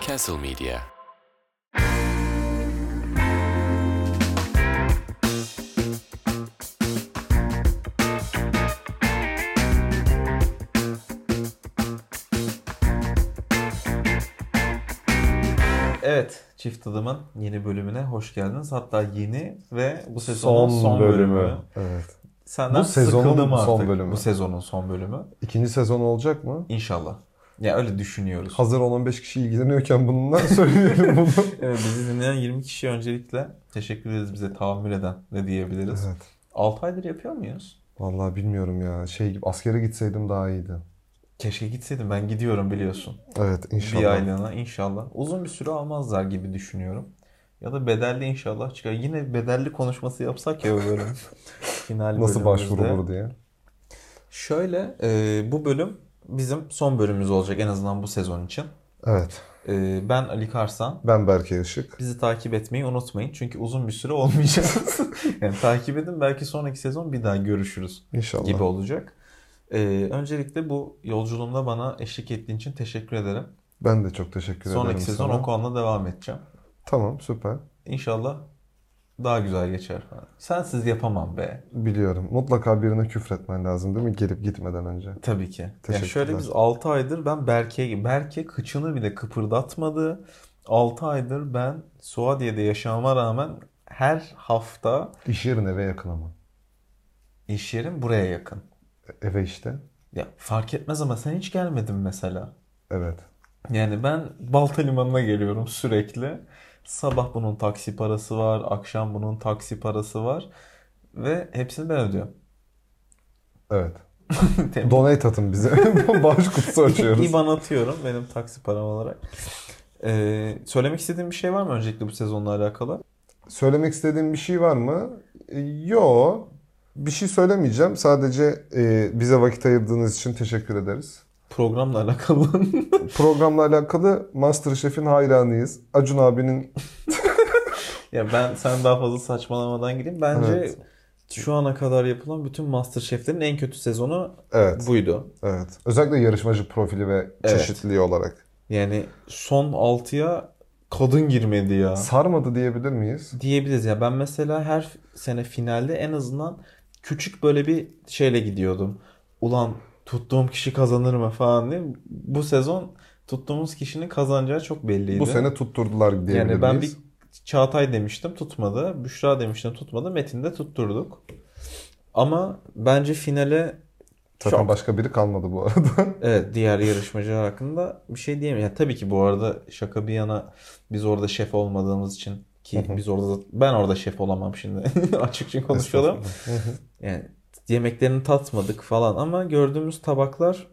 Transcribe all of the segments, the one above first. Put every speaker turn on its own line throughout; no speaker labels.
Castle Media.
Evet, Çift Tadım'ın yeni bölümüne hoş geldiniz. Hatta yeni ve bu sezonun
Son,
son,
bölümü.
bölümü.
Evet.
Senden
Bu sezonun
sıkıldım artık.
son bölümü.
Bu sezonun son bölümü.
İkinci sezon olacak mı?
İnşallah. Ya öyle düşünüyoruz.
Hazır 10-15 kişi ilgileniyorken bununla söyleyelim bunu.
Evet, bizi dinleyen 20 kişiye öncelikle teşekkür ederiz bize tahammül eden de diyebiliriz.
evet.
6 aydır yapıyor muyuz?
Vallahi bilmiyorum ya. Şey gibi askere gitseydim daha iyiydi.
Keşke gitseydim ben gidiyorum biliyorsun.
Evet inşallah.
Bir aylığına inşallah. Uzun bir süre almazlar gibi düşünüyorum. Ya da bedelli inşallah çıkar. Yine bedelli konuşması yapsak ya böyle. Final
Nasıl
bölümümüzde.
başvurulur diye.
Şöyle e, bu bölüm bizim son bölümümüz olacak en azından bu sezon için.
Evet.
E, ben Ali Karsan.
Ben Berke Işık.
Bizi takip etmeyi unutmayın çünkü uzun bir süre olmayacağız. yani takip edin belki sonraki sezon bir daha görüşürüz
İnşallah.
gibi olacak. E, öncelikle bu yolculuğumda bana eşlik ettiğin için teşekkür ederim.
Ben de çok teşekkür ederim
sonraki sezon
sana.
o konuda devam edeceğim.
Tamam süper.
İnşallah daha güzel geçer. Sensiz yapamam be.
Biliyorum. Mutlaka birine küfretmen lazım değil mi? Gelip gitmeden önce.
Tabii ki. Ya
Teşekkürler.
şöyle biz 6 aydır ben Berke Berke kıçını bile kıpırdatmadı. 6 aydır ben Suadiye'de yaşama rağmen her hafta
İş yerine eve yakın ama.
iş yerim buraya yakın.
E- Eve işte.
Ya fark etmez ama sen hiç gelmedin mesela.
Evet.
Yani ben Balta Limanı'na geliyorum sürekli. Sabah bunun taksi parası var, akşam bunun taksi parası var ve hepsini ben ödüyorum.
Evet.
Tem-
Donate atın bize. Bağış kutusu açıyoruz.
İban atıyorum benim taksi param olarak. Ee, söylemek istediğim bir şey var mı öncelikle bu sezonla alakalı?
Söylemek istediğim bir şey var mı? E, Yo. Bir şey söylemeyeceğim. Sadece e, bize vakit ayırdığınız için teşekkür ederiz.
Programla alakalı.
Programla alakalı MasterChef'in hayranıyız. Acun abinin
ya ben sen daha fazla saçmalamadan gireyim. Bence
Evet.
şu ana kadar yapılan bütün MasterChef'lerin en kötü sezonu
evet,
buydu.
evet. Özellikle yarışmacı profili ve
Evet.
çeşitliliği olarak.
Yani son 6'ya kadın girmedi ya.
Sarmadı diyebilir miyiz?
Diyebiliriz ya. Ben mesela her sene finalde en azından küçük böyle bir şeyle gidiyordum. Ulan tuttuğum kişi kazanır mı falan diye. Bu sezon tuttuğumuz kişinin kazanacağı çok belliydi.
Bu sene tutturdular diyebilir
Yani ben
miyiz?
bir Çağatay demiştim tutmadı. Büşra demiştim tutmadı. Metin de tutturduk. Ama bence finale
Zaten
çok-
başka biri kalmadı bu arada.
evet, diğer yarışmacılar hakkında bir şey diyemiyorum. Ya tabii ki bu arada şaka bir yana biz orada şef olmadığımız için ki
Hı hı.
biz orada ben orada şef olamam şimdi. Açıkça konuşalım. Yani yemeklerini tatmadık falan ama gördüğümüz tabaklar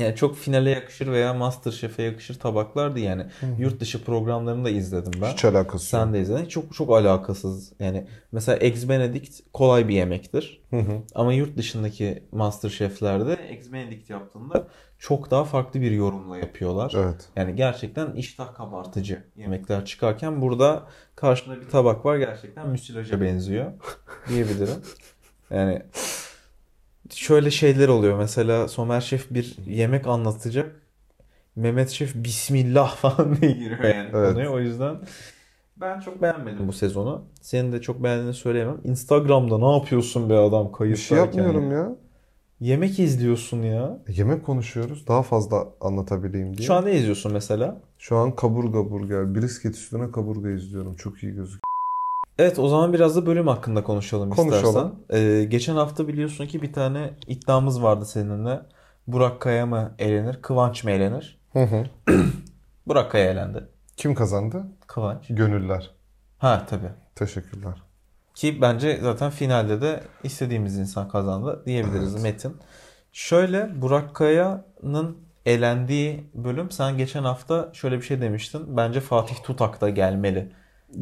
yani çok finale yakışır veya MasterChef'e yakışır tabaklardı yani. Yurt dışı programlarını da izledim ben.
Hiç alakası yok.
Sen de izledin. Çok çok alakasız. Yani mesela Eggs Benedict kolay bir yemektir.
Hı hı.
Ama yurt dışındaki master şeflerde Eggs Benedict yaptığında çok daha farklı bir yorumla yapıyorlar.
Evet.
Yani gerçekten iştah kabartıcı yemekler çıkarken burada karşında bir tabak var gerçekten müsilaja benziyor diyebilirim. Yani şöyle şeyler oluyor mesela Somer Şef bir yemek anlatacak. Mehmet Şef Bismillah falan diye giriyor yani
Evet.
konuya. O yüzden ben çok beğenmedim bu sezonu. Senin de çok beğendiğini söyleyemem. Instagram'da ne yapıyorsun be adam
Bir şey
kayıtlarken?
yapmıyorum ya.
Yemek izliyorsun ya.
Yemek konuşuyoruz. Daha fazla anlatabileyim diye.
Şu an ne izliyorsun mesela?
Şu an kaburga burger. Brisket üstüne kaburga izliyorum. Çok iyi gözüküyor.
Evet o zaman biraz da bölüm hakkında konuşalım
Konuşalım.
istersen. Ee, geçen hafta biliyorsun ki bir tane iddiamız vardı seninle. Burak Kaya mı elenir, Kıvanç mı elenir? Burak Kaya elendi.
Kim kazandı?
Kıvanç.
Gönüller.
Ha tabii.
Teşekkürler.
Ki bence zaten finalde de istediğimiz insan kazandı diyebiliriz Metin. Şöyle Burak Kaya'nın elendiği bölüm sen geçen hafta şöyle bir şey demiştin. Bence Fatih Tutak da gelmeli.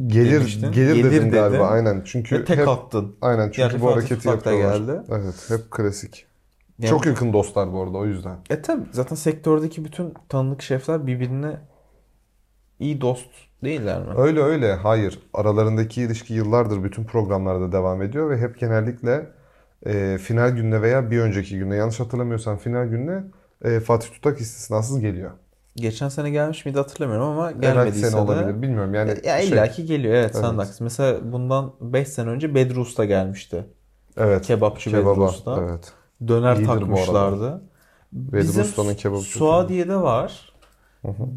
Gelir
Demiştin.
gelir,
Gelir
dedim
dedi.
galiba aynen. Çünkü
Ve tek
hep
attın.
aynen çünkü
Yani
bu
Fatih
hareketi
Tutak da
yapıyorlar.
geldi.
Evet, hep klasik.
Yani-
Çok yakın dostlar bu arada o yüzden.
E tabi zaten sektördeki bütün tanıdık şefler birbirine iyi dost değiller mi?
Öyle öyle. Hayır. Aralarındaki ilişki yıllardır bütün programlarda devam ediyor ve hep genellikle e, final gününe veya bir önceki güne yanlış hatırlamıyorsam final gününe e, Fatih Tutak istisnasız geliyor.
Geçen sene gelmiş miydi hatırlamıyorum ama
Herhalde
gelmediyse
sene
de
olabilir. Bilmiyorum yani.
ya
şey-
illaki geliyor evet,
Evet.
sen de haklısın. Mesela bundan 5 sene önce Bedri Usta gelmişti.
Evet.
Kebapçı Bedri
Kebaba.
Usta.
Şey, Evet.
Döner
İyidir bu arada.
takmışlardı. Bizim
Usta'nın kebabı çok iyi.
Suadiye'de var.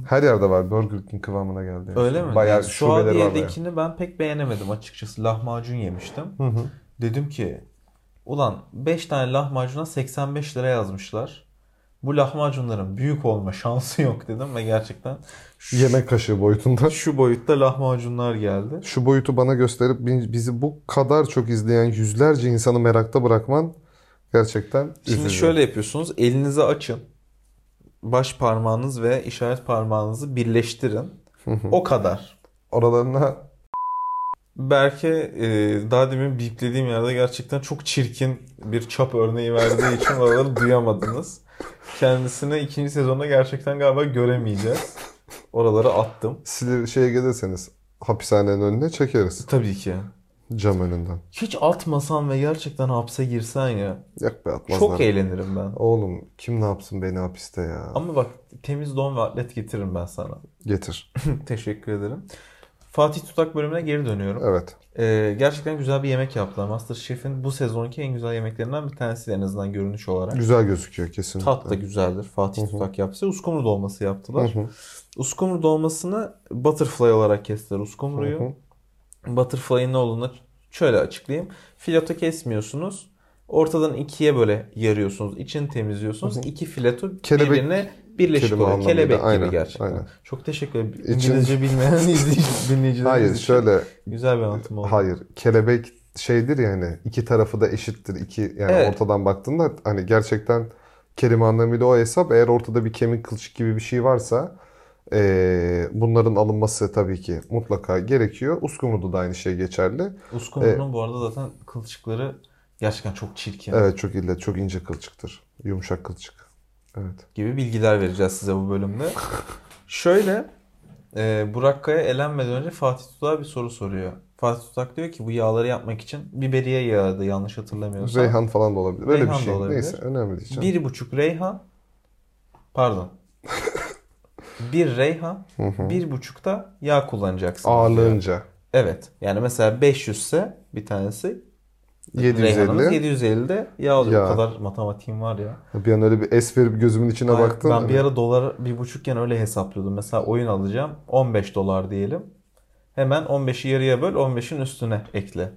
Her yerde var. Burger King kıvamına geldi. yani.
Öyle mi?
Bayağı
Yani
şubeleri var. bayağı.
Suadiye'dekini ben pek beğenemedim açıkçası. Lahmacun yemiştim.
Hı hı.
Dedim ki ulan 5 tane lahmacuna 85 lira yazmışlar. Bu lahmacunların büyük olma şansı yok dedim ve gerçekten şu,
Yemek kaşığı boyutunda.
şu boyutta lahmacunlar geldi.
Şu boyutu bana gösterip bi- bizi bu kadar çok izleyen yüzlerce insanı merakta bırakman gerçekten
Şimdi
üzücü.
şöyle yapıyorsunuz. Elinizi açın. Baş parmağınız ve işaret parmağınızı birleştirin. o kadar.
Oralarına
Berke e, daha demin biplediğim yerde gerçekten çok çirkin bir çap örneği verdiği için oraları duyamadınız. Kendisini ikinci sezonda gerçekten galiba göremeyeceğiz. Oraları attım.
silir şeye gelirseniz hapishanenin önüne çekeriz
Tabii ki.
cam önünden.
Hiç atmasan ve gerçekten hapse girsen ya.
Yak be atmazlar.
Çok eğlenirim ben.
Oğlum kim ne yapsın beni hapiste ya.
Ama bak temiz don ve atlet getiririm ben sana.
Getir.
Teşekkür ederim. Fatih Tutak bölümüne geri dönüyorum.
Evet.
Ee, gerçekten güzel bir yemek yaptılar. MasterChef'in bu sezonki en güzel yemeklerinden bir tanesi en azından görünüş olarak.
Güzel gözüküyor kesinlikle.
Tat da güzeldir. Fatih Tutak yapsa uskumru dolması
Hı
yaptılar.
hı.
Uskumru dolmasını butterfly olarak kestiler uskumruyu.
Hı hı.
Butterfly'ın ne olduğunu şöyle açıklayayım. Fileto kesmiyorsunuz. Ortadan ikiye böyle yarıyorsunuz. İçini temizliyorsunuz. İki fileto
Kelebek-
birbirine birleşik
kelime
oluyor.
anlamıyla.
Kelebek gibi
Aynen,
gerçekten.
aynen.
Çok teşekkür ederim.
İçin-
İngilizce bilmeyen izleyici- dinleyicilerimiz
Hayır
için
şöyle
güzel bir anlatım oldu.
hayır kelebek şeydir yani iki tarafı da eşittir iki yani
Evet.
ortadan baktığında hani gerçekten kelime anlamıyla o hesap eğer ortada bir kemik kılçık gibi bir şey varsa eee, bunların alınması tabii ki mutlaka gerekiyor. Uskumru'da da aynı şey geçerli.
Uskumru'nun bu arada zaten kılçıkları gerçekten çok çirkin
E- Evet çok ille çok ince kılçıktır. Yumuşak kılçık. Evet.
gibi bilgiler vereceğiz size bu bölümde. Şöyle e, Burak Kaya elenmeden önce Fatih Tutak'a bir soru soruyor. Fatih Tutak diyor ki bu yağları yapmak için biberiye yağıydı yanlış hatırlamıyorsam.
Reyhan falan da olabilir. Öyle
Reyhan
bir
da
şey.
olabilir.
Neyse önemli değil. canım.
Bir buçuk reyhan. Pardon. bir reyhan. bir buçuk da yağ kullanacaksın.
Ağırlığınca.
Evet. Yani mesela 500 ise bir tanesi. 750.
750.
750 de yağ oluyor.
Yağ.
O kadar matematiğim var ya.
Bir an öyle bir es verip gözümün içine
Hayır,
baktın.
Ben bir ara dolar bir buçukken öyle hesaplıyordum. Mesela oyun alacağım 15 dolar diyelim. Hemen 15'i yarıya böl 15'in üstüne ekle.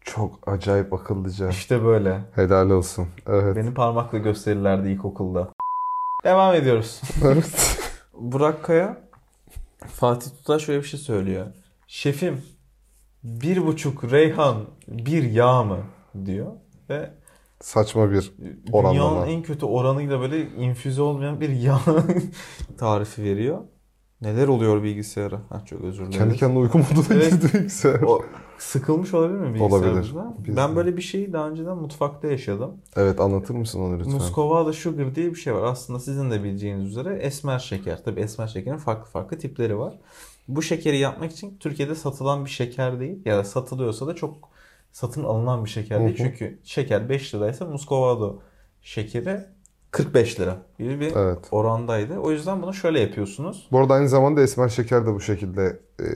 Çok acayip akıllıca.
İşte böyle.
Helal olsun. Evet.
Beni parmakla gösterirlerdi ilkokulda. Devam ediyoruz.
Evet.
Burak Kaya Fatih Tuta şöyle bir şey söylüyor. Şefim bir buçuk reyhan bir yağ mı diyor ve
Saçma bir
dünyanın
oranlama.
en kötü oranıyla böyle infüze olmayan bir yağ tarifi veriyor. Neler oluyor bilgisayara? Ha, çok özür
Kendi
dileriz.
kendine uyku moduna
Evet.
girdi bilgisayar.
O, sıkılmış olabilir mi
Olabilir.
bilgisayarımızda?
Biz-
Ben böyle bir şeyi daha önceden mutfakta yaşadım.
Evet anlatır mısın onu lütfen?
Muskova'da sugar diye bir şey var. Aslında sizin de bileceğiniz üzere esmer şeker. Tabii esmer şekerin farklı farklı tipleri var. Bu şekeri yapmak için Türkiye'de satılan bir şeker değil. Ya da satılıyorsa da çok satın alınan bir şeker değil.
Hı hı.
Çünkü şeker 5 liraysa Muscovado şekeri 45 lira gibi bir
Evet.
orandaydı. O yüzden bunu şöyle yapıyorsunuz.
Bu arada aynı zamanda esmer şeker de bu şekilde e,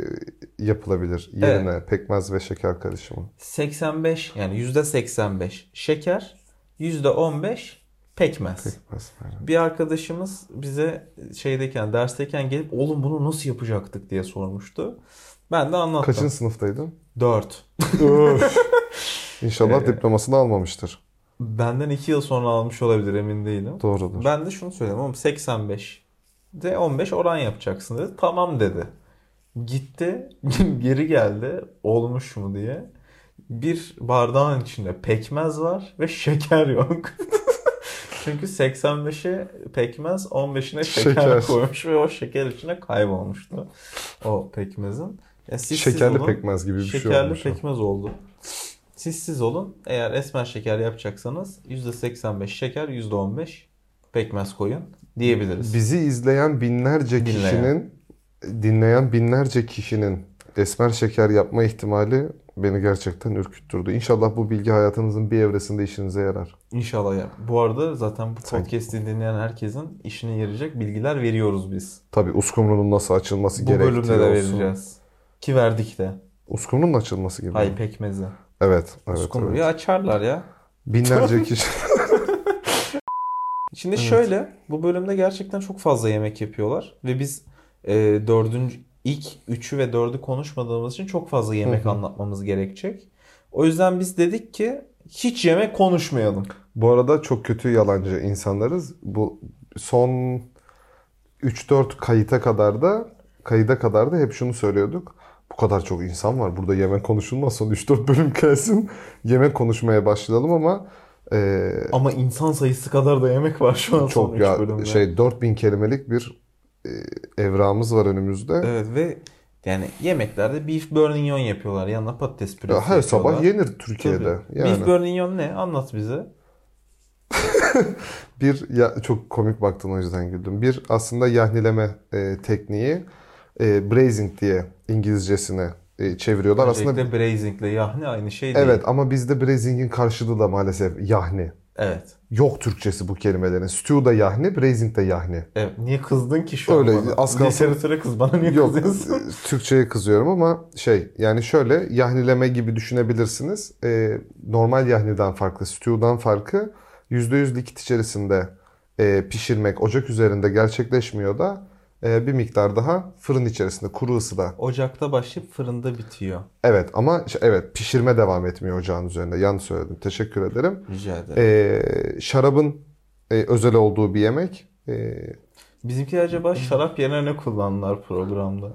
yapılabilir. Yerine pekmez ve şeker karışımı.
85 yani %85 şeker, %15 pekmez.
Pekmez.
Bir arkadaşımız bize şeydeyken, dersteyken gelip oğlum bunu nasıl yapacaktık diye sormuştu. Ben de anlattım.
Kaçın sınıftaydın?
4.
İnşallah
Ee,
diplomasını almamıştır.
Benden 2 yıl sonra almış olabilir emin değilim.
Doğrudur.
Ben de şunu söyledim oğlum 85 de 15 oran yapacaksın dedi. Tamam dedi. Gitti geri geldi olmuş mu diye. Bir bardağın içinde pekmez var ve şeker yok. Çünkü 85'e pekmez 15'ine şeker,
Şeker.
koymuş ve o şeker içine kaybolmuştu. O pekmezin. Ya siz siz
Şekerli
olun.
pekmez gibi bir şey
Şekerli
olmuş.
pekmez oldu. Siz siz olun. Eğer esmer şeker yapacaksanız %85 şeker, %15 pekmez koyun diyebiliriz.
Bizi izleyen binlerce
Dinleyen.
kişinin dinleyen binlerce kişinin esmer şeker yapma ihtimali Beni gerçekten ürküttürdü. İnşallah bu bilgi hayatınızın bir evresinde işinize yarar.
İnşallah ya. Bu arada zaten bu
Sen-
podcast'i dinleyen herkesin işine yarayacak bilgiler veriyoruz biz.
Tabii uskumrunun nasıl açılması
Bu
gerektiği
bölümde de
olsun.
vereceğiz. Ki verdik de.
Uskumrunun açılması gibi.
Hay pekmezi.
Evet, evet,
Uskumru'yu
evet.
açarlar ya.
Binlerce kişi.
Şimdi
Evet.
şöyle, bu bölümde gerçekten çok fazla yemek yapıyorlar ve biz e, dördüncü, ilk üçü ve dördü konuşmadığımız için çok fazla yemek
Hı hı.
anlatmamız gerekecek. O yüzden biz dedik ki hiç yemek konuşmayalım.
Bu arada çok kötü yalancı insanlarız. Bu son 3-4 kayıta kadar da kayıda kadar da hep şunu söylüyorduk. Bu kadar çok insan var. Burada yemek konuşulmaz. Son 3-4 bölüm gelsin. Yemek konuşmaya başlayalım ama eee,
Ama insan sayısı kadar da yemek var şu an son
çok
üç
ya
bölümde.
şey 4000 kelimelik bir eee, evramız var önümüzde.
Evet ve yani yemeklerde beef bourguignon yapıyorlar. Yanına patates püresi
Ya Her sabah
yapıyorlar.
yenir Türkiye'de.
Tabii.
Yani
Beef bourguignon ne? Anlat bize.
bir ya, çok komik baktın o yüzden güldüm. Bir aslında yahnileme e, tekniği e, braising diye İngilizcesine e, çeviriyorlar. Aslında
Öncelikle braising ile yahni aynı şey değil.
evet ama bizde braising'in karşılığı da maalesef yahni.
Evet.
Yok Türkçesi bu kelimelerin. Stew da yahni, braising de yahni.
Evet. Niye kızdın ki şu an
Öyle,
bana?
az kalsın-
Literatüre kız bana niye
Yok
kızıyorsun?
e, Türkçe'ye kızıyorum ama şey yani şöyle yahnileme gibi düşünebilirsiniz. E, normal yahniden farklı, stew'dan farkı %100 likit içerisinde e, pişirmek ocak üzerinde gerçekleşmiyor da e, bir miktar daha fırın içerisinde kuru ısıda.
Ocakta başlayıp fırında bitiyor.
Evet ama ş- evet pişirme devam etmiyor ocağın üzerinde. Yanlış söyledim. Teşekkür ederim.
Rica ederim.
E, şarabın e, özel olduğu bir yemek. E,
Bizimki acaba şarap yerine ne kullandılar programda?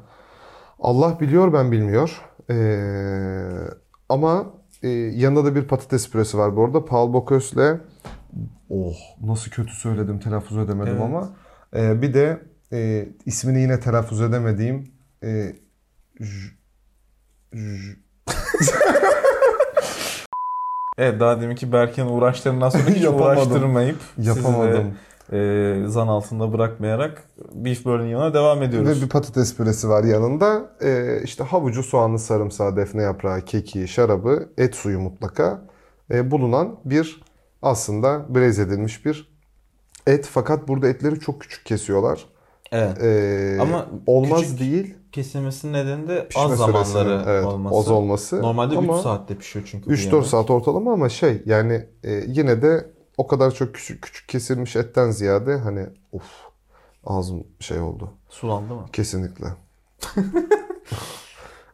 Allah biliyor ben bilmiyor. Ee, ama e, yanında da bir patates püresi var bu arada. Paul Bocuse Oh nasıl kötü söyledim telaffuz edemedim
Evet.
ama. Ee, bir de e, ismini yine telaffuz edemediğim e, J- J-
Evet daha deminki Berk'in uğraşlarından sonra hiç
Yapamadım.
uğraştırmayıp
yapamadım.
sizi de, e, zan altında bırakmayarak beef bourguignon'a devam ediyoruz.
Ve bir patates püresi var yanında. Ee, işte havucu, soğanlı, sarımsağı, defne yaprağı, keki, şarabı, et suyu mutlaka e, bulunan bir aslında brez edilmiş bir et. Fakat burada etleri çok küçük kesiyorlar.
Evet.
Ee,
Ama
olmaz
küçük
değil.
Kesilmesinin nedeni de
Pişme
az zamanları
süresinin, evet,
olması.
az olması.
Normalde 3
Ama
saatte pişiyor çünkü. bu
3-4
yemek.
saat ortalama ama şey yani e, yine de o kadar çok küçük küçük kesilmiş etten ziyade hani of ağzım şey oldu.
Sulandı mı?
Kesinlikle.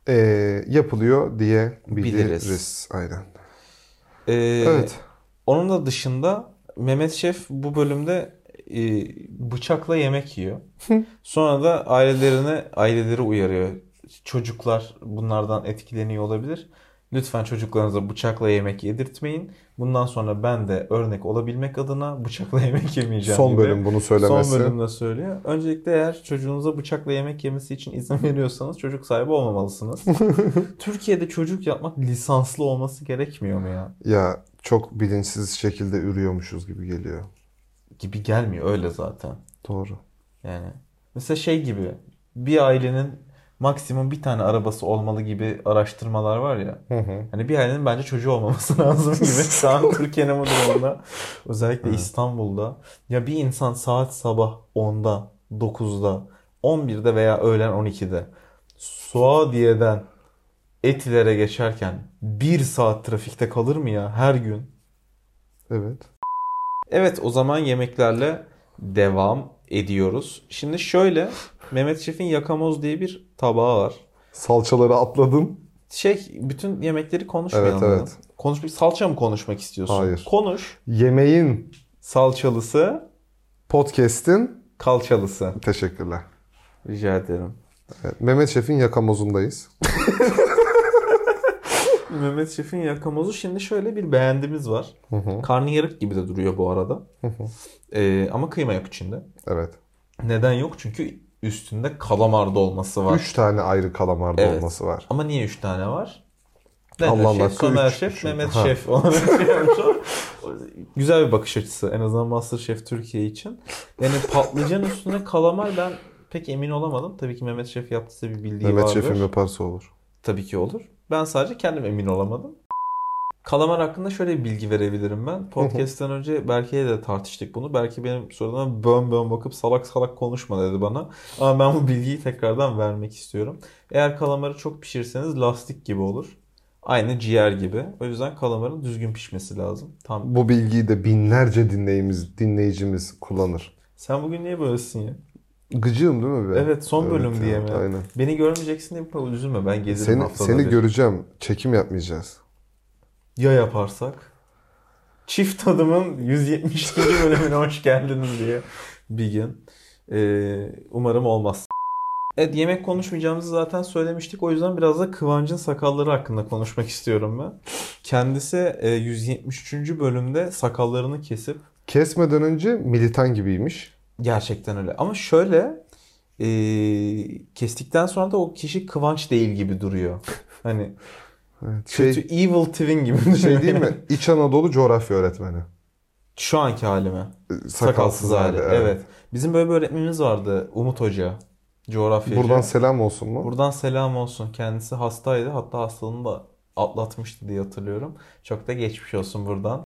Ee, yapılıyor diye biliriz.
Biliriz.
Aynen.
Ee,
Evet.
Onun da dışında Mehmet Şef bu bölümde e, bıçakla yemek yiyor. Sonra da ailelerine aileleri uyarıyor. Çocuklar bunlardan etkileniyor olabilir. Lütfen çocuklarınıza bıçakla yemek yedirtmeyin. Bundan sonra ben de örnek olabilmek adına bıçakla yemek yemeyeceğim
Son
gibi.
bölüm bunu söylemesi.
Son bölümde söylüyor. Öncelikle eğer çocuğunuza bıçakla yemek yemesi için izin veriyorsanız çocuk sahibi olmamalısınız. Türkiye'de çocuk yapmak lisanslı olması gerekmiyor mu ya?
Ya çok bilinçsiz şekilde ürüyormuşuz gibi geliyor.
Gibi gelmiyor öyle zaten.
Doğru.
Yani mesela şey gibi bir ailenin maksimum bir tane arabası olmalı gibi araştırmalar var ya. Hani bir ailenin bence çocuğu olmaması lazım gibi. Şu an Türkiye'nin bu durumunda özellikle İstanbul'da ya bir insan saat sabah 10'da, 9'da, 11'de veya öğlen 12'de Suadiye'den Etiler'e geçerken bir saat trafikte kalır mı ya her gün?
Evet.
Evet o zaman yemeklerle devam ediyoruz. Şimdi şöyle Mehmet Şef'in yakamoz diye bir tabağı var.
Salçaları atladın.
Şey bütün yemekleri konuşmayalım.
Evet,
ya.
evet.
Konuşmak, salça mı konuşmak istiyorsun?
Hayır.
Konuş.
Yemeğin
Salçalısı,
podcast'in
kalçalısı.
teşekkürler.
Rica ederim.
Evet, Mehmet Şef'in yakamozundayız.
Mehmet Şef'in yakamozu şimdi şöyle bir beğendimiz var.
Hı hı.
Karnıyarık gibi de duruyor bu arada. Ee, ama kıyma yok içinde.
Evet.
Neden yok? Çünkü üstünde kalamar dolması var.
3 tane ayrı kalamar
Evet.
dolması var.
Ama niye 3 tane var? Nedir
Allah'ın
şef,
hakkı
Soner
üç
Şef,
çünkü.
Mehmet
Ha.
Şef olarak şey yapmış ama Güzel bir bakış açısı en azından MasterChef Türkiye için. Yani patlıcan üstüne kalamar ben pek emin olamadım. Tabii ki Mehmet Şef yaptıysa bir bildiği
Mehmet
vardır.
Şef'im yaparsa olur.
tabii ki olur. Ben sadece kendim emin olamadım. Kalamar hakkında şöyle bir bilgi verebilirim ben. Podcast'ten önce Berke'yle de tartıştık bunu. Berke benim sorularıma bön bön bakıp salak salak konuşma dedi bana. Ama ben bu bilgiyi tekrardan vermek istiyorum. Eğer kalamarı çok pişirseniz lastik gibi olur. Aynı ciğer gibi. O yüzden kalamarın düzgün pişmesi lazım. Tam.
Bu bilgiyi de binlerce dinleyicimiz, dinleyicimiz kullanır.
Sen bugün niye böylesin ya?
Gıcığım değil mi be?
Evet, son bölüm diye mi?
Aynen.
Beni görmeyeceksin diye bu kadar üzülme. Ben gezerim
Seni,
haftada
seni
bir.
göreceğim. Çekim yapmayacağız.
Ya yaparsak? Çift Tadım'ın 170. bölümüne hoş geldiniz diye bir gün. Ee, umarım olmaz. Evet yemek konuşmayacağımızı zaten söylemiştik. O yüzden biraz da Kıvanç'ın sakalları hakkında konuşmak istiyorum ben. Kendisi e, 173. bölümde sakallarını kesip
Kesmeden önce militan gibiymiş.
gerçekten öyle. Ama şöyle e, kestikten sonra da o kişi Kıvanç değil gibi duruyor. Hani
Evet, şey,
kötü evil twin gibi duruyor.
şey değil mi? İç Anadolu coğrafya öğretmeni.
Şu anki halime.
Ee, Sakalsız,
Sakalsız hali. Evet.
evet.
Bizim böyle bir öğretmenimiz vardı. Umut Hoca. Coğrafyacı.
Buradan selam olsun mu?
Buradan selam olsun. Kendisi hastaydı. Hatta hastalığını da atlatmıştı diye hatırlıyorum. Çok da geçmiş olsun buradan.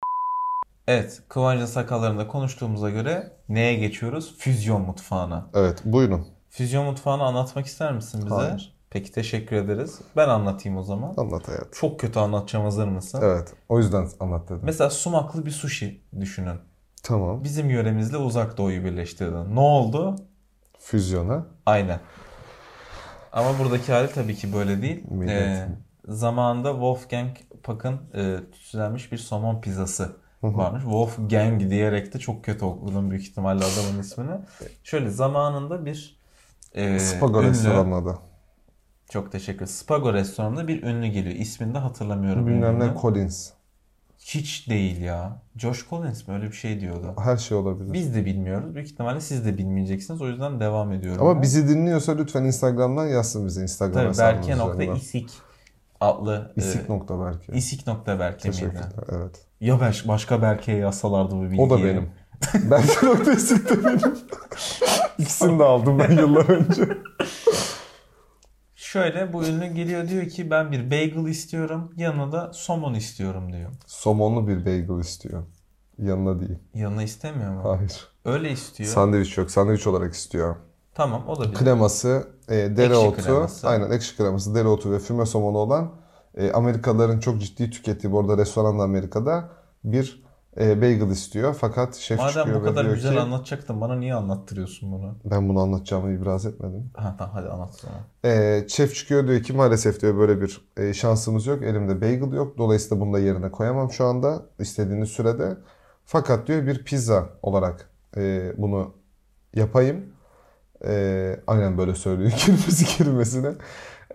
Evet. Kıvancın sakallarında konuştuğumuza göre neye geçiyoruz? Füzyon mutfağına.
Evet buyurun
Füzyon mutfağını anlatmak ister misin bize?
Hayır.
Peki teşekkür ederiz. Ben anlatayım o zaman.
anlat hayat.
Çok kötü anlatacağım hazır mısın?
Evet o yüzden anlat dedim.
Mesela sumaklı bir sushi düşünün.
Tamam
Bizim yöremizle uzak doğuyu birleştirdin. Ne oldu?
füzyona.
Aynen. Ama buradaki hali tabii ki böyle değil.
Millet.
Ee, zamanında Wolfgang Puck'ın e, tütsülenmiş bir somon pizzası varmış. Wolfgang diyerek de çok kötü okudum büyük ihtimalle adamın ismini. Şöyle zamanında bir e,
Spago
ünlü-
restoranladı.
Çok teşekkür Spago restoranında bir ünlü geliyor. İsmini de hatırlamıyorum.
Bilmem ne
ünlünün.
Collins. Collins.
Hiç değil ya. Josh Collins mi? Öyle bir şey diyordu.
Her şey olabilir.
Biz de bilmiyoruz. Büyük ihtimalle siz de bilmeyeceksiniz. O yüzden devam ediyorum.
Ama
ben.
bizi dinliyorsa lütfen Instagram'dan yazsın bize Instagram
Tabii
hesabımız
Berke nokta
üzerinden.
isik adlı e,
İsik nokta Berke.
isik nokta Berke miydi?
Teşekkürler. Evet.
Ya baş, başka Berke'ye yazsalardı bu bilgiyi.
O da benim. Berke nokta isik de benim. İkisini de aldım ben yıllar önce.
Şöyle bu ünlü geliyor diyor ki ben bir bagel istiyorum yanına da somon istiyorum diyor.
Somonlu bir bagel istiyor. Yanına değil.
Yanına istemiyor mu?
Hayır.
Öyle istiyor.
Sandviç yok. Sandviç olarak istiyor.
tamam olabilir.
Kreması, e, dereotu,
kreması.
aynen ekşi kreması, dereotu ve füme somonu olan e, Amerikalıların çok ciddi tükettiği bu arada restoranda Amerika'da bir e, bagel istiyor. Fakat şef
Madem
çıkıyor
bu
ve
kadar
diyor
güzel
ki
anlatacaktın bana niye anlattırıyorsun bunu?
ben bunu anlatacağımı ibraz etmedim.
Ha tamam hadi anlat sonra.
E, şef çıkıyor diyor ki maalesef diyor böyle bir e, şansımız yok. Elimde bagel yok. Dolayısıyla bunu da yerine koyamam şu anda istediğiniz sürede. Fakat diyor bir pizza olarak e, bunu yapayım. E, aynen böyle söylüyor kelimesi kelimesine.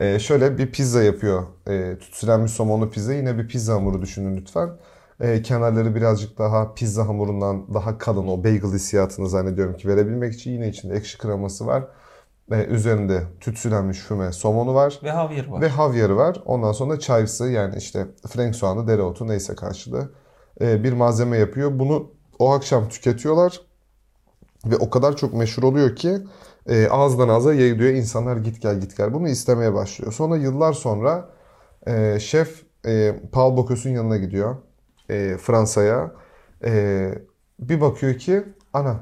E, şöyle bir pizza yapıyor. E, tütsülenmiş somonlu pizza. Yine bir pizza hamuru düşünün lütfen. E, kenarları birazcık daha pizza hamurundan daha kalın o bagel hissiyatını zannediyorum ki verebilmek için yine içinde ekşi kreması var. E, üzerinde tütsülenmiş füme somonu var.
Ve Javier var.
Ve havyarı var. Ondan sonra chives'ı yani işte frank soğanı, dereotu neyse karşılığı e, bir malzeme yapıyor. Bunu o akşam tüketiyorlar. Ve o kadar çok meşhur oluyor ki e, ağızdan ağza yayılıyor. İnsanlar git gel git gel bunu istemeye başlıyor. Sonra yıllar sonra e, şef e, Paul Bocuse yanına gidiyor. E, Fransa'ya. E, bir bakıyor ki ana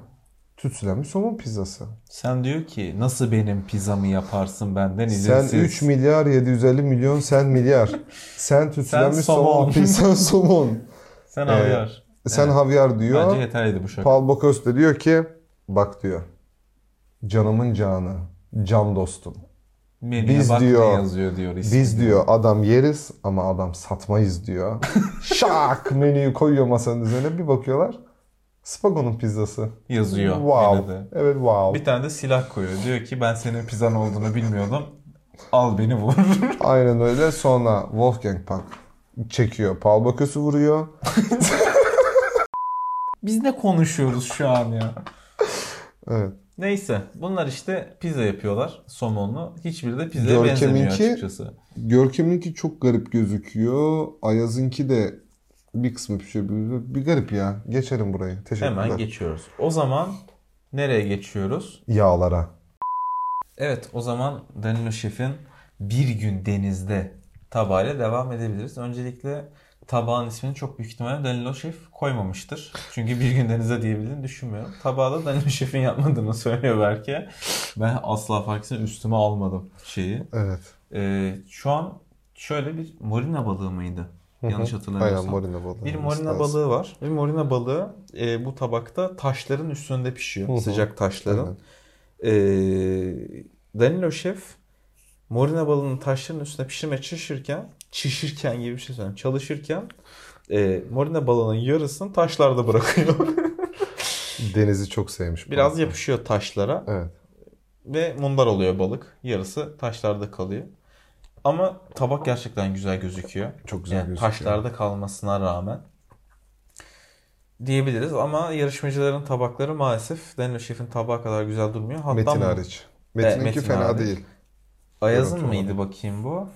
tütsülenmiş somon pizzası.
Sen diyor ki nasıl benim pizzamı yaparsın benden
Sen
izinsiz.
3 milyar 750 milyon sen milyar. Sen tütsülenmiş
Sen
somon.
somon.
Sen somon.
Sen
Ee,
Javier.
Sen
Evet.
havyar diyor.
Bence yeterliydi bu şaka.
Paul Bocuse de diyor ki bak diyor. Canımın canı. Can dostum.
Menüye
Biz
bak ne
diyor-
yazıyor diyor ismi.
Biz diyor adam yeriz ama adam satmayız diyor. Şak menüyü koyuyor masanın üzerine. Bir bakıyorlar. Spago'nun pizzası.
yazıyor
Wow.
menüde.
Evet wow.
Bir tane de silah koyuyor. Diyor ki ben senin pizzan olduğunu bilmiyordum. Al beni vur.
Aynen öyle. Sonra Wolfgang Puck çekiyor. Paul Bocuse'u vuruyor.
Biz ne konuşuyoruz şu an ya?
Evet.
Neyse bunlar işte pizza yapıyorlar somonlu. Hiçbiri de pizzaya
Görkem'inki-
benzemiyor açıkçası.
Görkem'inki çok garip gözüküyor. Ayaz'ınki de bir kısmı pişiyor. Bir, bir garip ya. Geçelim burayı. Teşekkürler.
Hemen geçiyoruz. O zaman nereye geçiyoruz?
Yağlara.
Evet o zaman Danilo Şef'in bir gün denizde tabağıyla devam edebiliriz. Öncelikle tabağın ismini çok büyük ihtimalle Danilo Şef koymamıştır. Çünkü bir gün denize diyebildiğini düşünmüyorum. Tabağı da Danilo Şef'in yapmadığını söylüyor belki. Ben asla farkını üstüme almadım şeyi.
Evet.
Ee, şu an şöyle bir morina balığı mıydı? Yanlış hatırlamıyorsam.
Aynen morina balığı.
Bir
olması
morina
lazım.
balığı var. Bir morina balığı e, bu tabakta taşların üstünde pişiyor.
Hı hı.
Sıcak taşların.
Aynen.
E, Danilo Şef morina balığını taşların üstüne pişirmeye çalışırken, çişirken gibi bir şey söyleyeyim. Çalışırken e, morina balığının yarısını taşlarda bırakıyor.
Denizi çok sevmiş.
Biraz
balık.
yapışıyor taşlara
Evet.
ve mundar oluyor balık. Yarısı taşlarda kalıyor. Ama tabak gerçekten güzel gözüküyor.
Çok güzel
Yani
gözüküyor.
taşlarda kalmasına rağmen diyebiliriz ama yarışmacıların tabakları maalesef Daniel Şef'in tabağı kadar güzel durmuyor. Hatta
Metin
bu-
hariç. Metin'inki
Metin
fena
hariç.
değil.
Ayaz'ın
Görüntü
mıydı bakayım bu?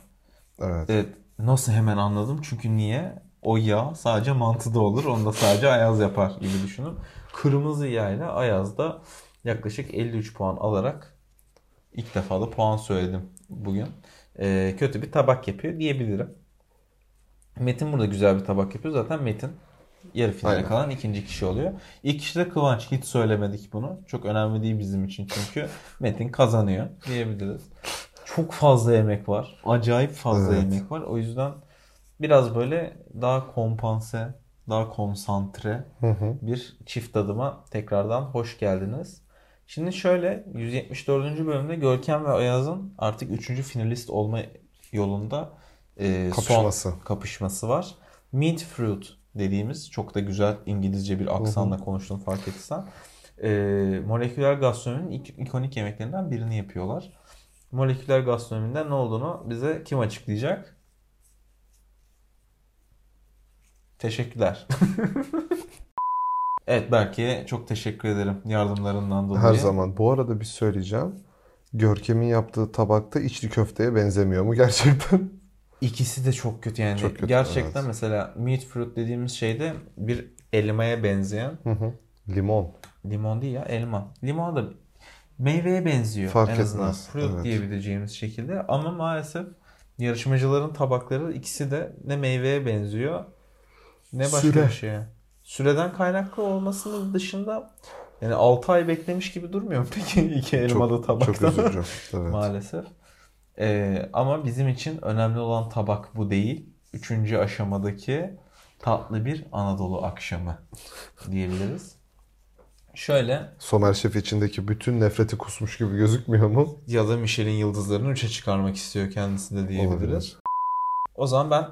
Evet.
Evet. Nasıl hemen anladım çünkü niye? O yağ sadece mantıda olur. Onu da sadece Ayaz yapar gibi düşünün. Kırmızı yağ ile Ayaz da yaklaşık 53 puan alarak ilk defa da puan söyledim bugün. Ee, kötü bir tabak yapıyor diyebilirim. Metin burada güzel bir tabak yapıyor. Zaten Metin yarı finale
Aynen.
kalan ikinci kişi oluyor. İlk kişi de Kıvanç. Hiç söylemedik bunu. Çok önemli değil bizim için çünkü Metin kazanıyor diyebiliriz. Çok fazla yemek var. Acayip fazla
Evet.
yemek var. O yüzden biraz böyle daha kompanse, daha konsantre
Hı hı.
bir çift adıma tekrardan hoş geldiniz. Şimdi şöyle 174. bölümde Görkem ve Ayaz'ın artık 3. finalist olma yolunda e,
Kapışması.
son kapışması var. Meat Fruit dediğimiz çok da güzel İngilizce bir aksanla konuştum fark etsen. E, moleküler gastronominin ik- ikonik yemeklerinden birini yapıyorlar. Moleküler gastronomiden ne olduğunu bize kim açıklayacak? Teşekkürler. Evet Berke'ye çok teşekkür ederim yardımlarından dolayı.
Her zaman. Bu arada bir söyleyeceğim. Görkem'in yaptığı tabakta içli köfteye benzemiyor mu gerçekten?
İkisi de çok kötü yani.
Çok kötü,
Gerçekten
evet.
mesela meat fruit dediğimiz şeyde bir elmaya benzeyen
Hı hı. Limon.
limon değil ya elma. Limon da meyveye benziyor
Fark
en azından.
etmez,
Fruit
evet.
diyebileceğimiz şekilde ama maalesef yarışmacıların tabakları ikisi de ne meyveye benziyor ne başka
Süre.
bir şeye. Süreden kaynaklı olmasının dışında yani 6 ay beklemiş gibi durmuyor mu peki iki elmalı
çok,
tabakta.
Çok üzücü. Evet.
Maalesef. Ee, ama bizim için önemli olan tabak bu değil. Üçüncü aşamadaki tatlı bir Anadolu akşamı diyebiliriz. Şöyle
Somer Şef içindeki bütün nefreti kusmuş gibi gözükmüyor mu?
ya da Michelin yıldızlarını üçe çıkarmak istiyor kendisi de diyebiliriz.
Olabilir.
O zaman ben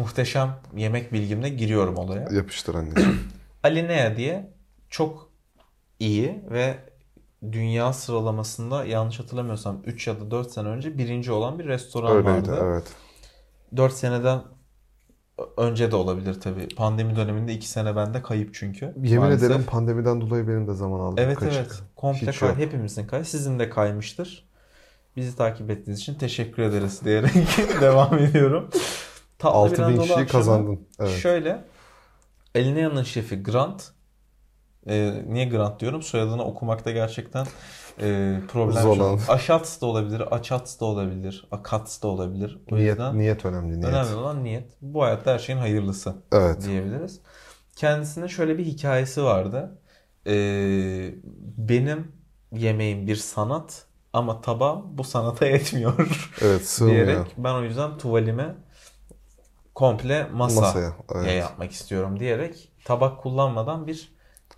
muhteşem yemek bilgimle giriyorum olaya.
Yapıştır anneciğim.
Alinea diye çok iyi ve dünya sıralamasında yanlış hatırlamıyorsam 3 ya da 4 sene önce birinci olan bir restoran
Öyleydi
vardı.
evet.
4 seneden ö- önce de olabilir tabii. Pandemi döneminde 2 sene bende kayıp çünkü.
Yemin
Maalesef.
ederim pandemiden dolayı benim de zaman aldım
Evet
kaçık.
evet. Komple
Hiç
kay-
yok.
hepimizin kay. Sizin de kaymıştır. Bizi takip ettiğiniz için teşekkür ederiz diyerek devam ediyorum. Tatlı bir
6000
Anadolu
kişiyi
akşamı.
kazandın. Evet.
Şöyle Alinea'nın şefi Grant Ee, niye Grant diyorum? Soyadını okumakta gerçekten e, problem
Zor
şu an.
olan.
Aşats da olabilir, Açats da olabilir, Akats da olabilir. O
Niyet,
yüzden
niyet önemli niyet.
önemli olan niyet. Bu hayatta her şeyin hayırlısı
Evet.
diyebiliriz. Kendisinin şöyle bir hikayesi vardı. Ee, benim yemeğim bir sanat ama tabağım bu sanata yetmiyor
Evet sığmıyor.
diyerek ben o yüzden tuvalime komple masa
Masaya. Evet.
ya yapmak istiyorum diyerek tabak kullanmadan bir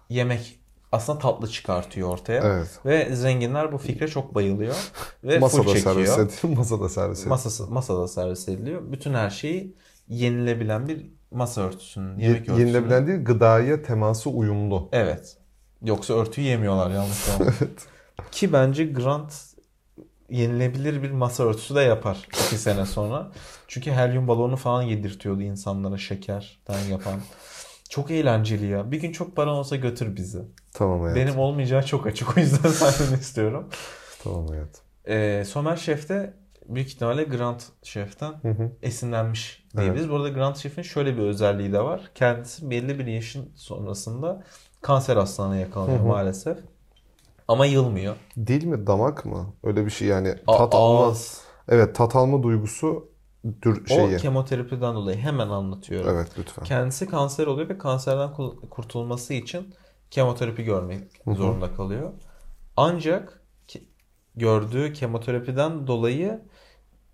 yemek aslında tatlı çıkartıyor ortaya.
Evet.
Ve zenginler bu fikre çok bayılıyor ve full
Masada
çekiyor.
servis ediyor. Masada servis ediyor.
Masası, masada servis ediliyor. Bütün her şeyi yenilebilen bir masa örtüsünün,
Ye-
yemek örtüsünün.
yenilebilen değil gıdaya teması uyumlu.
Evet. Yoksa örtüyü yemiyorlar yanlışlıkla. Ki bence Grant yenilebilir bir masa örtüsü de yapar iki sene sonra. Çünkü helyum balonu falan yedirtiyordu insanlara şekerden yapan. Çok eğlenceli ya. Bir gün çok paran olsa götür bizi.
Tamam hayatım.
Benim olmayacağı çok açık. O yüzden senden istiyorum.
Tamam hayatım.
Ee, Somer Şef de büyük ihtimalle Grant Şef'ten
Hı hı.
esinlenmiş diyebiliriz. Bu arada Grant Şef'in şöyle bir özelliği de var. Kendisi belli bir yaşın sonrasında kanser hastalığına yakalanıyor
Hı hı.
maalesef. Ama yılmıyor.
Dil mi damak mı? Öyle bir şey yani
A-
tat
ağız.
almaz. Evet tat alma duygusu dür şeyi.
O kemoterapiden dolayı hemen anlatıyorum.
Evet lütfen.
Kendisi kanser oluyor ve kanserden kul- kurtulması için kemoterapi görmek
hı.
zorunda kalıyor. Ancak ke- gördüğü kemoterapiden dolayı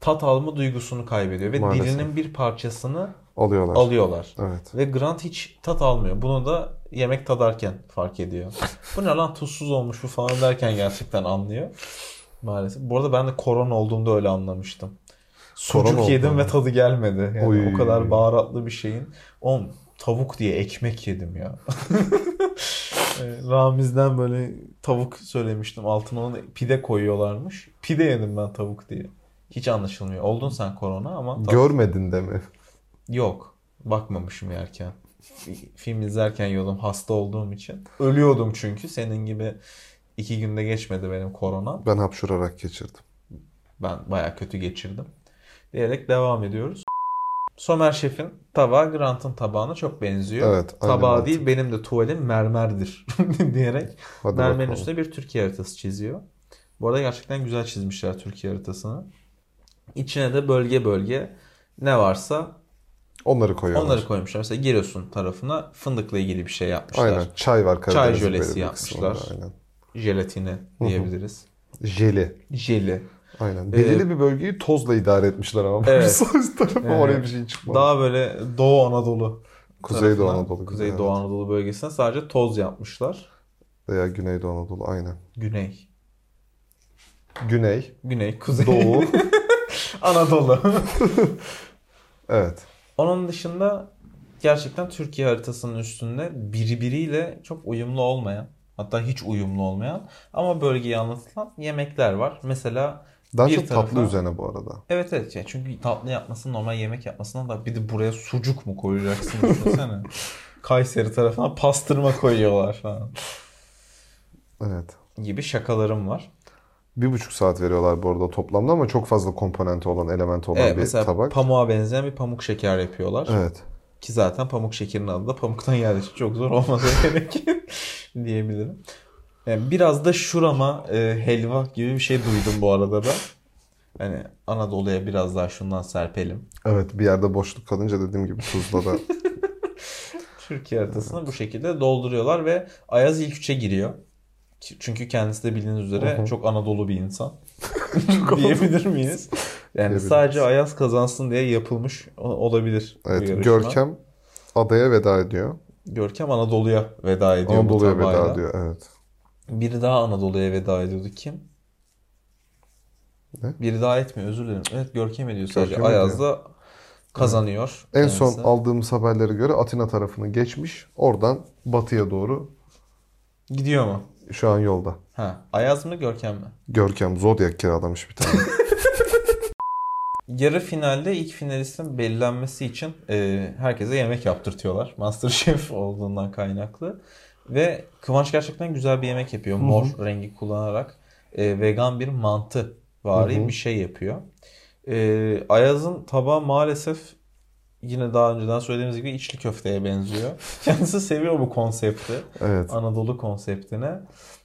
tat alma duygusunu kaybediyor ve
Maalesef.
dilinin bir parçasını
Alıyorlar.
alıyorlar.
Evet.
Ve Grant hiç tat almıyor. Bunu da yemek tadarken fark ediyor. Bu ne lan tuzsuz olmuş bu falan derken gerçekten anlıyor. Maalesef. Bu arada ben de korona olduğumda öyle anlamıştım. Sucuk
Korona
yedim
olduğunda.
ve tadı gelmedi. Yani
Oy.
o kadar baharatlı bir şeyin. Oğlum tavuk diye ekmek yedim ya. E, Ramiz'den böyle tavuk söylemiştim. Altına ona pide koyuyorlarmış. Pide yedim ben tavuk diye. Hiç anlaşılmıyor. Oldun sen korona ama tavuk-
Görmedin de mi?
Yok. Bakmamışım yerken. Fi- Film izlerken yolum hasta olduğum için. Ölüyordum çünkü. Senin gibi iki günde geçmedi benim korona.
Ben hapşurarak geçirdim.
Ben baya kötü geçirdim. Diyerek devam ediyoruz. Somer Şef'in tabağı Grant'ın tabağına çok benziyor.
Evet. aynen
Tabağı
mantık.
değil benim de tuvalim mermerdir diyerek
Hadi
mermerin
bakalım.
üstüne bir Türkiye haritası çiziyor. Bu arada gerçekten güzel çizmişler Türkiye haritasını. İçine de bölge bölge ne varsa
Onları koyuyorlar.
Onları koymuşlar. Mesela Giresun tarafına fındıkla ilgili bir şey yapmışlar.
Aynen. Çay var Karadeniz
jölesi
bölümü
yapmışlar.
kısmında, Aynen.
Jelatini diyebiliriz.
Jeli.
Jeli.
Aynen. Belirli bir bölgeyi tozla idare etmişler ama.
Ee, Evet.
Sağ üst tarafa
Evet.
oraya bir şey çıkmadı.
Daha böyle Doğu Anadolu
Kuzeydoğu
tarafına,
Anadolu gibi,
Kuzeydoğu
evet.
Anadolu bölgesine sadece toz yapmışlar.
Veya Güneydoğu Anadolu. Aynen.
Güney.
Güney.
Güney, Kuzey,
Doğu.
Anadolu.
evet.
Onun dışında gerçekten Türkiye haritasının üstünde birbiriyle çok uyumlu olmayan hatta hiç uyumlu olmayan ama bölgeye anlatılan yemekler var. Mesela
Daha
Bir
çok tatlı
tarafa-
üzerine bu arada.
Evet evet ya çünkü tatlı yapması normal yemek yapmasından da bir de buraya sucuk mu koyacaksın düşünsene. Kayseri tarafına pastırma koyuyorlar falan
Evet.
gibi şakalarım var.
Bir buçuk saat veriyorlar bu arada toplamda ama çok fazla komponenti olan, element olan
Evet
bir
mesela
tabak.
pamuğa benzeyen bir pamuk şeker yapıyorlar.
Evet.
Ki zaten pamuk şekerinin adı da pamuktan geldiği için çok zor olmadı gerek diyebilirim. Yani biraz da şurama e, helva gibi bir şey duydum bu arada ben. Hani Anadolu'ya biraz daha şundan serpelim.
Evet bir yerde boşluk kalınca dediğim gibi tuzla da
Türkiye haritasını bu şekilde dolduruyorlar ve Ayaz ilk üçe giriyor. Ç- Çünkü kendisi de bildiğiniz üzere
Hı hı.
çok Anadolu bir insan. Diyebilir miyiz? Yani
Diyebiliriz.
sadece Ayaz kazansın diye yapılmış o- olabilir bu
Evet,
yarışma.
Görkem adaya veda ediyor.
Görkem Anadolu'ya veda ediyor bu
Anadolu'ya veda
tabayla.
ediyor. Evet.
Biri daha Anadolu'ya veda ediyordu kim?
Ne?
Biri daha etmiyor özür dilerim. Evet Görkem ediyor sadece
Görkem
Ayaz da kazanıyor.
En son
kendisi.
aldığımız haberlere göre Atina tarafını geçmiş. Oradan batıya doğru
gidiyor mu?
şu an yolda.
Ha, Ayaz mı Görkem mi?
Görkem Zodiac kiralamış bir tane.
Yarı finalde ilk finalistin belirlenmesi için e, herkese yemek yaptırtıyorlar. Masterchef olduğundan kaynaklı. Ve Kıvanç gerçekten güzel bir yemek yapıyor. Mor rengi kullanarak e, vegan bir mantı vari
Hı hı.
bir şey yapıyor. E, Ayaz'ın tabağı maalesef yine daha önceden söylediğimiz gibi içli köfteye benziyor. Kendisi seviyor bu konsepti.
evet.
Anadolu konseptine.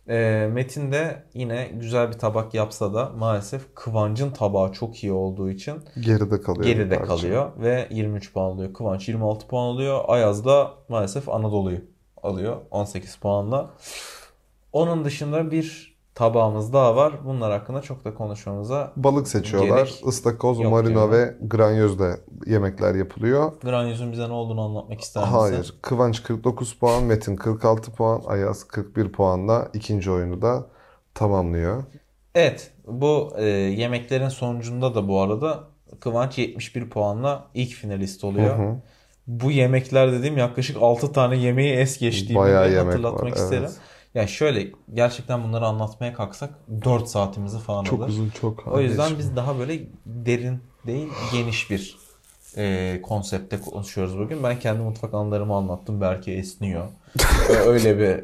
E, Metin de yine güzel bir tabak yapsa da maalesef Kıvanç'ın tabağı çok iyi olduğu için
Geride kalıyor. bir
geride
parça.
kalıyor ve 23 puan alıyor. Kıvanç 26 puan alıyor. Ayaz da maalesef Anadolu'yu alıyor 18 puanla. Onun dışında bir tabağımız daha var. Bunlar hakkında çok da konuşmamıza
Balık seçiyorlar.
Gerek
Istakoz,
yok
marina
diyorlar.
ve granyoz yemekler yapılıyor.
Granyüz'ün bize ne olduğunu anlatmak ister misin?
Hayır. Kıvanç 49 puan, Metin 46 puan, Ayaz 41 puanla ikinci oyunu da tamamlıyor.
Evet, bu e, yemeklerin sonucunda da bu arada Kıvanç 71 puanla ilk finalist oluyor.
Hı hı.
Bu yemekler dediğim yaklaşık 6 tane yemeği es geçtiğimi
Bayağı
de
yemek
hatırlatmak
var,
isterim.
evet.
Yani şöyle gerçekten bunları anlatmaya kalksak 4 saatimizi falan
Çok
alır.
uzun, çok
O yüzden biz daha böyle derin değil geniş bir e, konsepte konuşuyoruz bugün. Ben kendi mutfak anılarımı anlattım. Belki esniyor. Ö- Öyle bir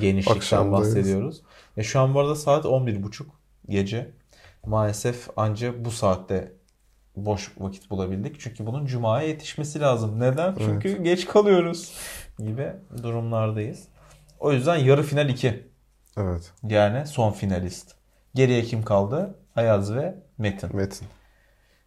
genişlikten
Akşamdayız.
bahsediyoruz. E, şu an bu arada saat 11.30 gece. Maalesef anca bu saatte boş vakit bulabildik. Çünkü bunun cumaya yetişmesi lazım. Neden? Çünkü geç kalıyoruz gibi durumlardayız. O yüzden yarı final 2.
Evet.
Yani son finalist. Geriye kim kaldı? Ayaz ve Metin.
Metin.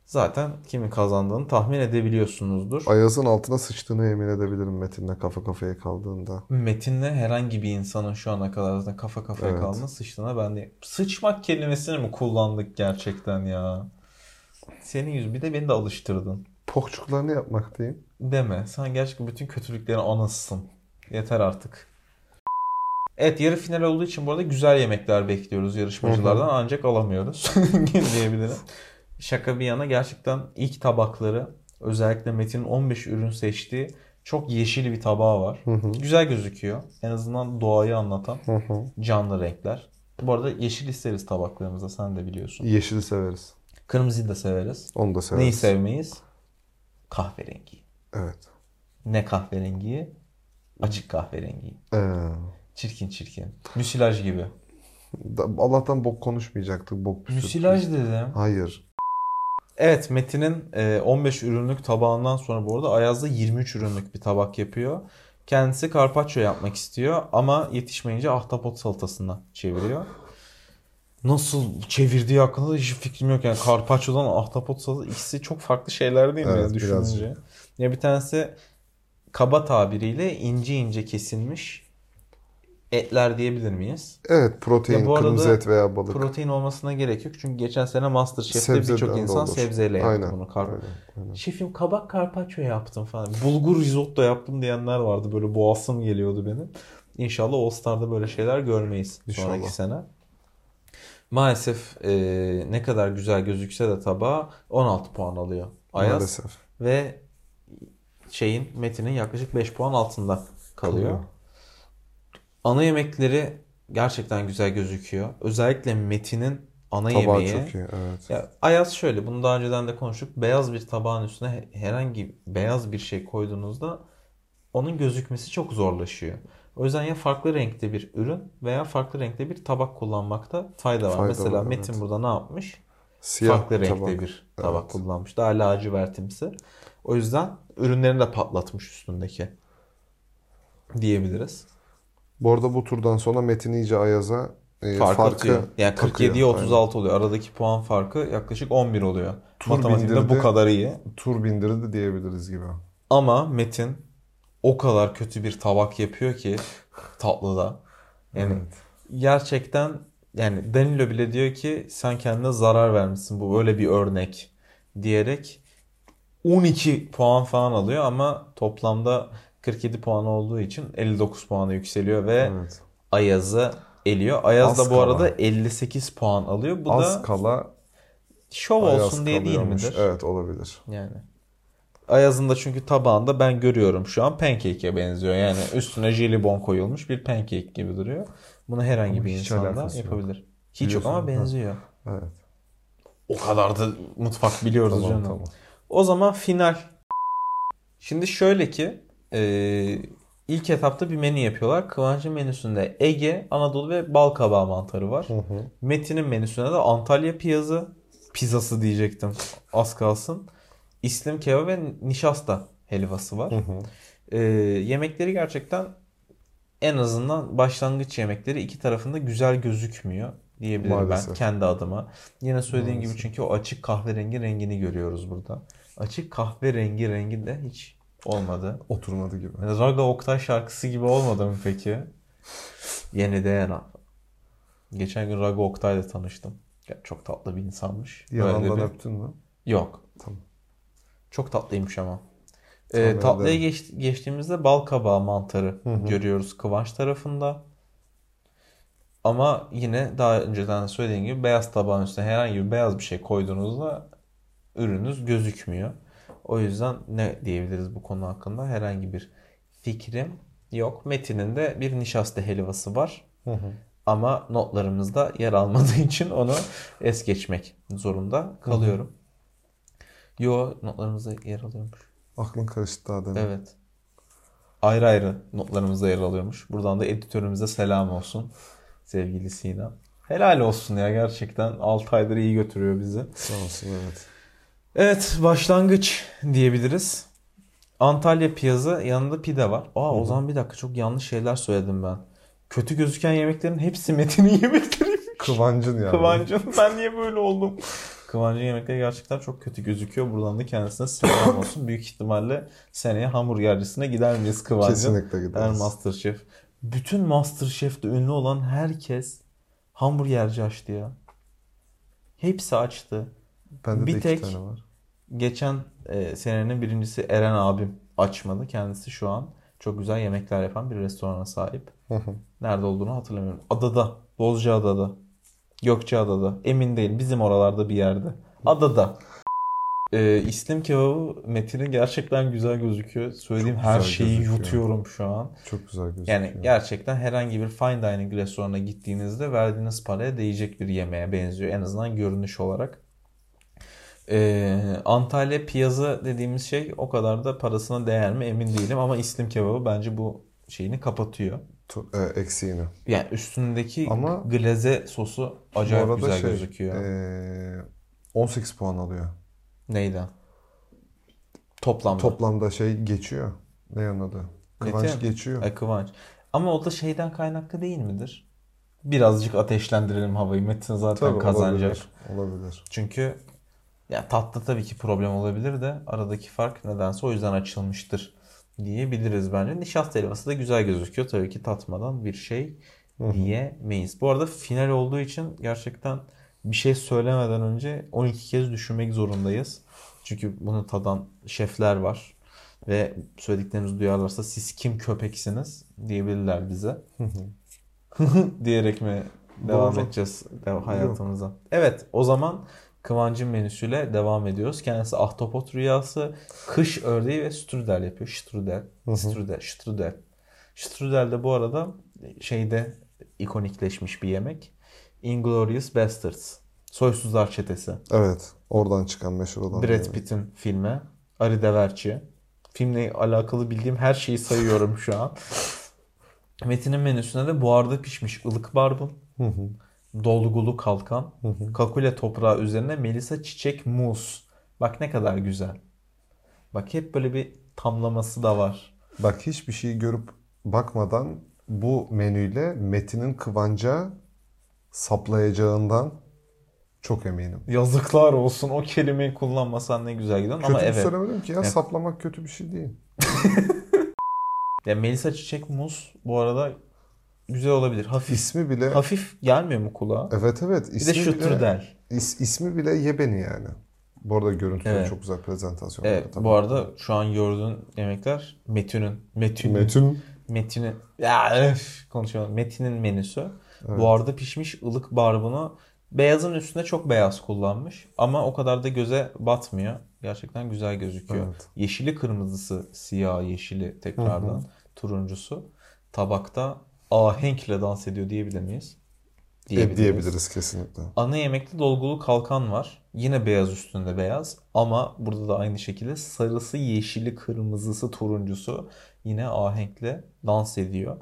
Zaten kimin kazandığını tahmin edebiliyorsunuzdur.
Ayaz'ın altına sıçtığını yemin edebilirim Metin'le kafa kafaya kaldığında.
Metin'le herhangi bir insanın şu ana kadar zaten kafa kafaya
Evet.
kaldığını sıçtığına ben de... Sıçmak kelimesini mi kullandık gerçekten ya? Senin yüz bir de beni de alıştırdın.
Pohçuklarını yapmak diyeyim.
Deme. Sen gerçekten bütün kötülüklerin anasısın. Yeter artık. Evet yarı final olduğu için bu arada güzel yemekler bekliyoruz yarışmacılardan ancak alamıyoruz diyebilirim. Şaka bir yana gerçekten ilk tabakları özellikle Metin'in 15 ürün seçtiği çok yeşil bir tabağı var.
Hı hı.
Güzel gözüküyor. En azından doğayı anlatan
Hı hı.
canlı renkler. Bu arada yeşil isteriz tabaklarımızda sen de biliyorsun.
Yeşili severiz.
Kırmızıyı da severiz.
Onu da severiz.
Neyi sevmeyiz? Kahverengi.
Evet.
Ne kahverengiyi? Açık kahverengiyi.
Ee,
Çirkin çirkin. Müsilaj gibi.
da- Allah'tan bok konuşmayacaktık. Bok püskürtmüş.
Müsilaj dedim.
Hayır.
Evet Metin'in e, 15 ürünlük tabağından sonra bu arada Ayaz da 23 ürünlük bir tabak yapıyor. Kendisi karpaccio yapmak istiyor ama yetişmeyince ahtapot salatasına çeviriyor. Nasıl çevirdiği hakkında da hiç fikrim yok. Yani karpaccio'dan ahtapot salatası ikisi çok farklı şeyler değil mi
Evet,
düşününce?
birazcık.
Ya bir tanesi kaba tabiriyle ince ince kesilmiş etler diyebilir miyiz?
Evet protein,
Ya bu arada
kırmızı et veya balık.
Protein olmasına gerek yok çünkü geçen sene MasterChef'te
Sebzeden
birçok
de
insan
olur.
sebzeyle yaptı
Aynen.
bunu. Kar-
Aynen, aynen.
Şefim kabak karpaccio yaptım falan. Bulgur risotto yaptım diyenler vardı. Böyle boğazım geliyordu benim. İnşallah All Star'da böyle şeyler görmeyiz
İnşallah.
sonraki sene. Maalesef e, ne kadar güzel gözükse de tabağa 16 puan alıyor Ayaz.
Maalesef.
Ve şeyin Metin'in yaklaşık 5 puan altında kalıyor.
Kalıyor.
Ana yemekleri gerçekten güzel gözüküyor. Özellikle Metin'in ana
Tabağı
yemeği.
çok iyi. Evet.
Ya Ayaz şöyle, bunu daha önceden de konuştuk. Beyaz bir tabağın üstüne he- herhangi beyaz bir şey koyduğunuzda onun gözükmesi çok zorlaşıyor. O yüzden ya farklı renkte bir ürün veya farklı renkte bir tabak kullanmakta fayda var.
Fayda
Mesela
var,
Metin
evet.
burada ne yapmış?
Siyah
farklı renkte
tabak.
bir tabak
Evet.
kullanmış. Daha lacivertimsi. O yüzden ürünlerini de patlatmış üstündeki diyebiliriz.
Bu arada bu turdan sonra Metin iyice Ayaz'a e,
Fark
farkı
atıyor. Yani
takıyor.
47'ye
Aynen.
36 oluyor. Aradaki puan farkı yaklaşık 11 oluyor.
Tur
Matematikte bu
bindirdi.
kadar iyi.
Tur bindirdi diyebiliriz gibi.
Ama Metin o kadar kötü bir tabak yapıyor ki tatlıda. Yani gerçekten yani Danilo bile diyor ki sen kendine zarar vermişsin bu böyle bir örnek diyerek 12 puan falan alıyor ama toplamda 47 puan olduğu için 59 puana yükseliyor ve
Evet.
Ayaz'ı eliyor. Ayaz
Az
da bu
kala.
arada 58 puan alıyor. Bu
Az
da
kala
şov
Ayaz
olsun diye değil
kalıyormuş.
midir?
Evet olabilir.
Yani. Ayaz'ın da çünkü tabağında ben görüyorum şu an pancake'e benziyor. Yani üstüne jelibon koyulmuş bir pancake gibi duruyor. Bunu herhangi
Ama
bir
hiç
insan da
alakası yok.
yapabilir. Hiç yok
Biliyorsun,
ama
ha.
benziyor.
Evet.
O kadar da mutfak biliyoruz
Tamam
canım.
tamam.
O zaman final. Şimdi şöyle ki eee, ilk etapta bir menü yapıyorlar. Kıvancı menüsünde Ege, Anadolu ve bal kabağı mantarı var.
Hı hı.
Metin'in menüsüne de Antalya piyazı, pizzası diyecektim az kalsın. İslim kebabı ve nişasta helvası var.
Hı hı.
Ee, yemekleri gerçekten en azından başlangıç yemekleri iki tarafında güzel gözükmüyor diyebilirim ben
Maalesef.
kendi adıma. Yine söylediğim gibi
Maalesef.
çünkü o açık kahverengi rengini görüyoruz burada. Açık kahverengi rengi de hiç olmadı.
Oturmadı gibi.
Yani Raga Oktay şarkısı gibi olmadı mı peki? Yeni DNA. Geçen gün Raga Oktay'la tanıştım. Ya çok tatlı bir insanmış. Böyle
Yalandan
bir-
öptün mü?
Yok.
Tamam.
Çok tatlıymış ama. Ee,
Tahmin
tatlıya
ederim.
geç- geçtiğimizde bal kabağı mantarı
Hı hı.
görüyoruz Kıvanç tarafında. Ama yine daha önceden söylediğim gibi beyaz tabağın üstüne herhangi bir beyaz bir şey koyduğunuzda ürünüz gözükmüyor. O yüzden ne diyebiliriz bu konu hakkında? Herhangi bir fikrim yok. Metin'in de bir nişasta helvası var.
Hı hı.
Ama notlarımızda yer almadığı için onu es geçmek zorunda kalıyorum. Yo notlarımızda yer alıyormuş.
Aklın karıştı daha demin.
Evet. Ayrı ayrı notlarımızda yer alıyormuş. Buradan da editörümüze selam olsun. Sevgili Sinem. Helal olsun ya gerçekten. 6 aydır iyi götürüyor bizi.
Sağ olsun evet.
Evet başlangıç diyebiliriz. Antalya piyazı yanında pide var. Aa o zaman bir dakika çok yanlış şeyler söyledim ben. Kötü gözüken yemeklerin hepsi Metin'in yemekleriymiş.
Kıvancın yani.
Kıvancın ben niye böyle oldum? Kıvancın yemekleri gerçekten çok kötü gözüküyor. Buradan da kendisine selam olsun. Büyük ihtimalle seneye hamburgercisine gider miyiz Kıvancın?
Kesinlikle
Her
gideriz.
Masterchef. Bütün Masterchef'te ünlü olan herkes hamburgerci açtı ya. Hepsi açtı.
Bende
bir
de iki
tek-
tane var.
Geçen e, senenin birincisi Eren abim açmadı. Kendisi şu an çok güzel yemekler yapan bir restorana sahip.
Hı hı.
Nerede olduğunu hatırlamıyorum. Adada. Bozcaada'da. Gökçeada'da. Emin değil. Bizim oralarda bir yerde. Adada. E, İslim kebabı metini gerçekten güzel gözüküyor. Söylediğim
Çok
her
güzel
şeyi
gözüküyor.
yutuyorum şu an.
Çok güzel gözüküyor.
Yani gerçekten herhangi bir fine dining restorana gittiğinizde verdiğiniz paraya değecek bir yemeğe benziyor. En azından görünüş olarak. Ee, Antalya piyazı dediğimiz şey o kadar da parasına değer mi emin değilim ama İslim kebabı bence bu şeyini kapatıyor.
Tu- e, eksiğini.
Yani üstündeki
Ama-
glaze sosu
Bu
acayip
arada
güzel
şey,
gözüküyor.
e, 18 puan alıyor.
Neyden? Toplamda.
Toplamda şey geçiyor. Ne onun adı? Kıvanç
Yeter mi?
geçiyor.
Ay, E, kıvanç. Ama o da şeyden kaynaklı değil midir? Birazcık ateşlendirelim havayı. Metin zaten
Tabii
kazanacak.
Olabilir. olabilir.
Çünkü ya tatlı tabii ki problem olabilir de aradaki fark nedense o yüzden açılmıştır diyebiliriz bence. Nişasta helvası da güzel gözüküyor. Tabii ki tatmadan bir şey
Hı hı.
diyemeyiz. Bu arada final olduğu için gerçekten bir şey söylemeden önce 12 kez düşünmek zorundayız. Çünkü bunu tadan şefler var. Ve söylediklerimizi duyarlarsa siz kim köpeksiniz diyebilirler bize. Diyerek mi devam
Doğru.
edeceğiz dev- hayatımıza? Evet o zaman Kıvancın menüsüyle devam ediyoruz. Kendisi ahtapot rüyası, kış ördeği ve strudel yapıyor. Strudel,
Hı hı.
strudel, strudel. Strudel de bu arada şeyde ikonikleşmiş bir yemek. Inglourious Basterds. Soysuzlar Çetesi.
Evet. Oradan çıkan meşhur olan.
Brad Pitt'in filmi. Ari Deverci. Filmle alakalı bildiğim her şeyi sayıyorum şu an. Metin'in menüsünde de buharda pişmiş ılık barbun,
Hı hı.
dolgulu kalkan,
Hı hı.
kakule toprağı üzerine melisa çiçek muz. Bak ne kadar güzel. Bak hep böyle bir tamlaması da var.
Bak hiçbir şey görüp bakmadan bu menüyle Metin'in Kıvanç'a saplayacağından çok eminim.
Yazıklar olsun o kelimeyi kullanmasan ne güzel gidiyorsun
Kötü
ama
bir
evet.
söylemedim ki ya
Evet.
saplamak kötü bir şey değil.
Ya Melisa çiçek muz bu arada güzel olabilir. Hafif.
İsmi bile
Hafif gelmiyor mu kulağa?
evet evet
Bir de
ismi bile
şutrudel.
is- ismi bile ye beni yani. Bu arada görüntüde
Evet.
çok güzel prezentasyon.
Evet, bu arada şu an gördüğün yemekler Metin'in Metin'in
Metin
Metin'in ya öf, konuşamadım. Metin'in menüsü.
Evet.
Buharda pişmiş ılık barbunu beyazın üstünde çok beyaz kullanmış ama o kadar da göze batmıyor. Gerçekten güzel gözüküyor.
Evet.
Yeşili kırmızısı, siyah yeşili tekrardan turuncusu tabakta ahenkle dans ediyor diyebilir miyiz?
E, diyebiliriz. diyebiliriz kesinlikle.
Ana yemekte dolgulu kalkan var. Yine beyaz üstünde beyaz ama burada da aynı şekilde sarısı, yeşili, kırmızısı, turuncusu yine ahenkle dans ediyor.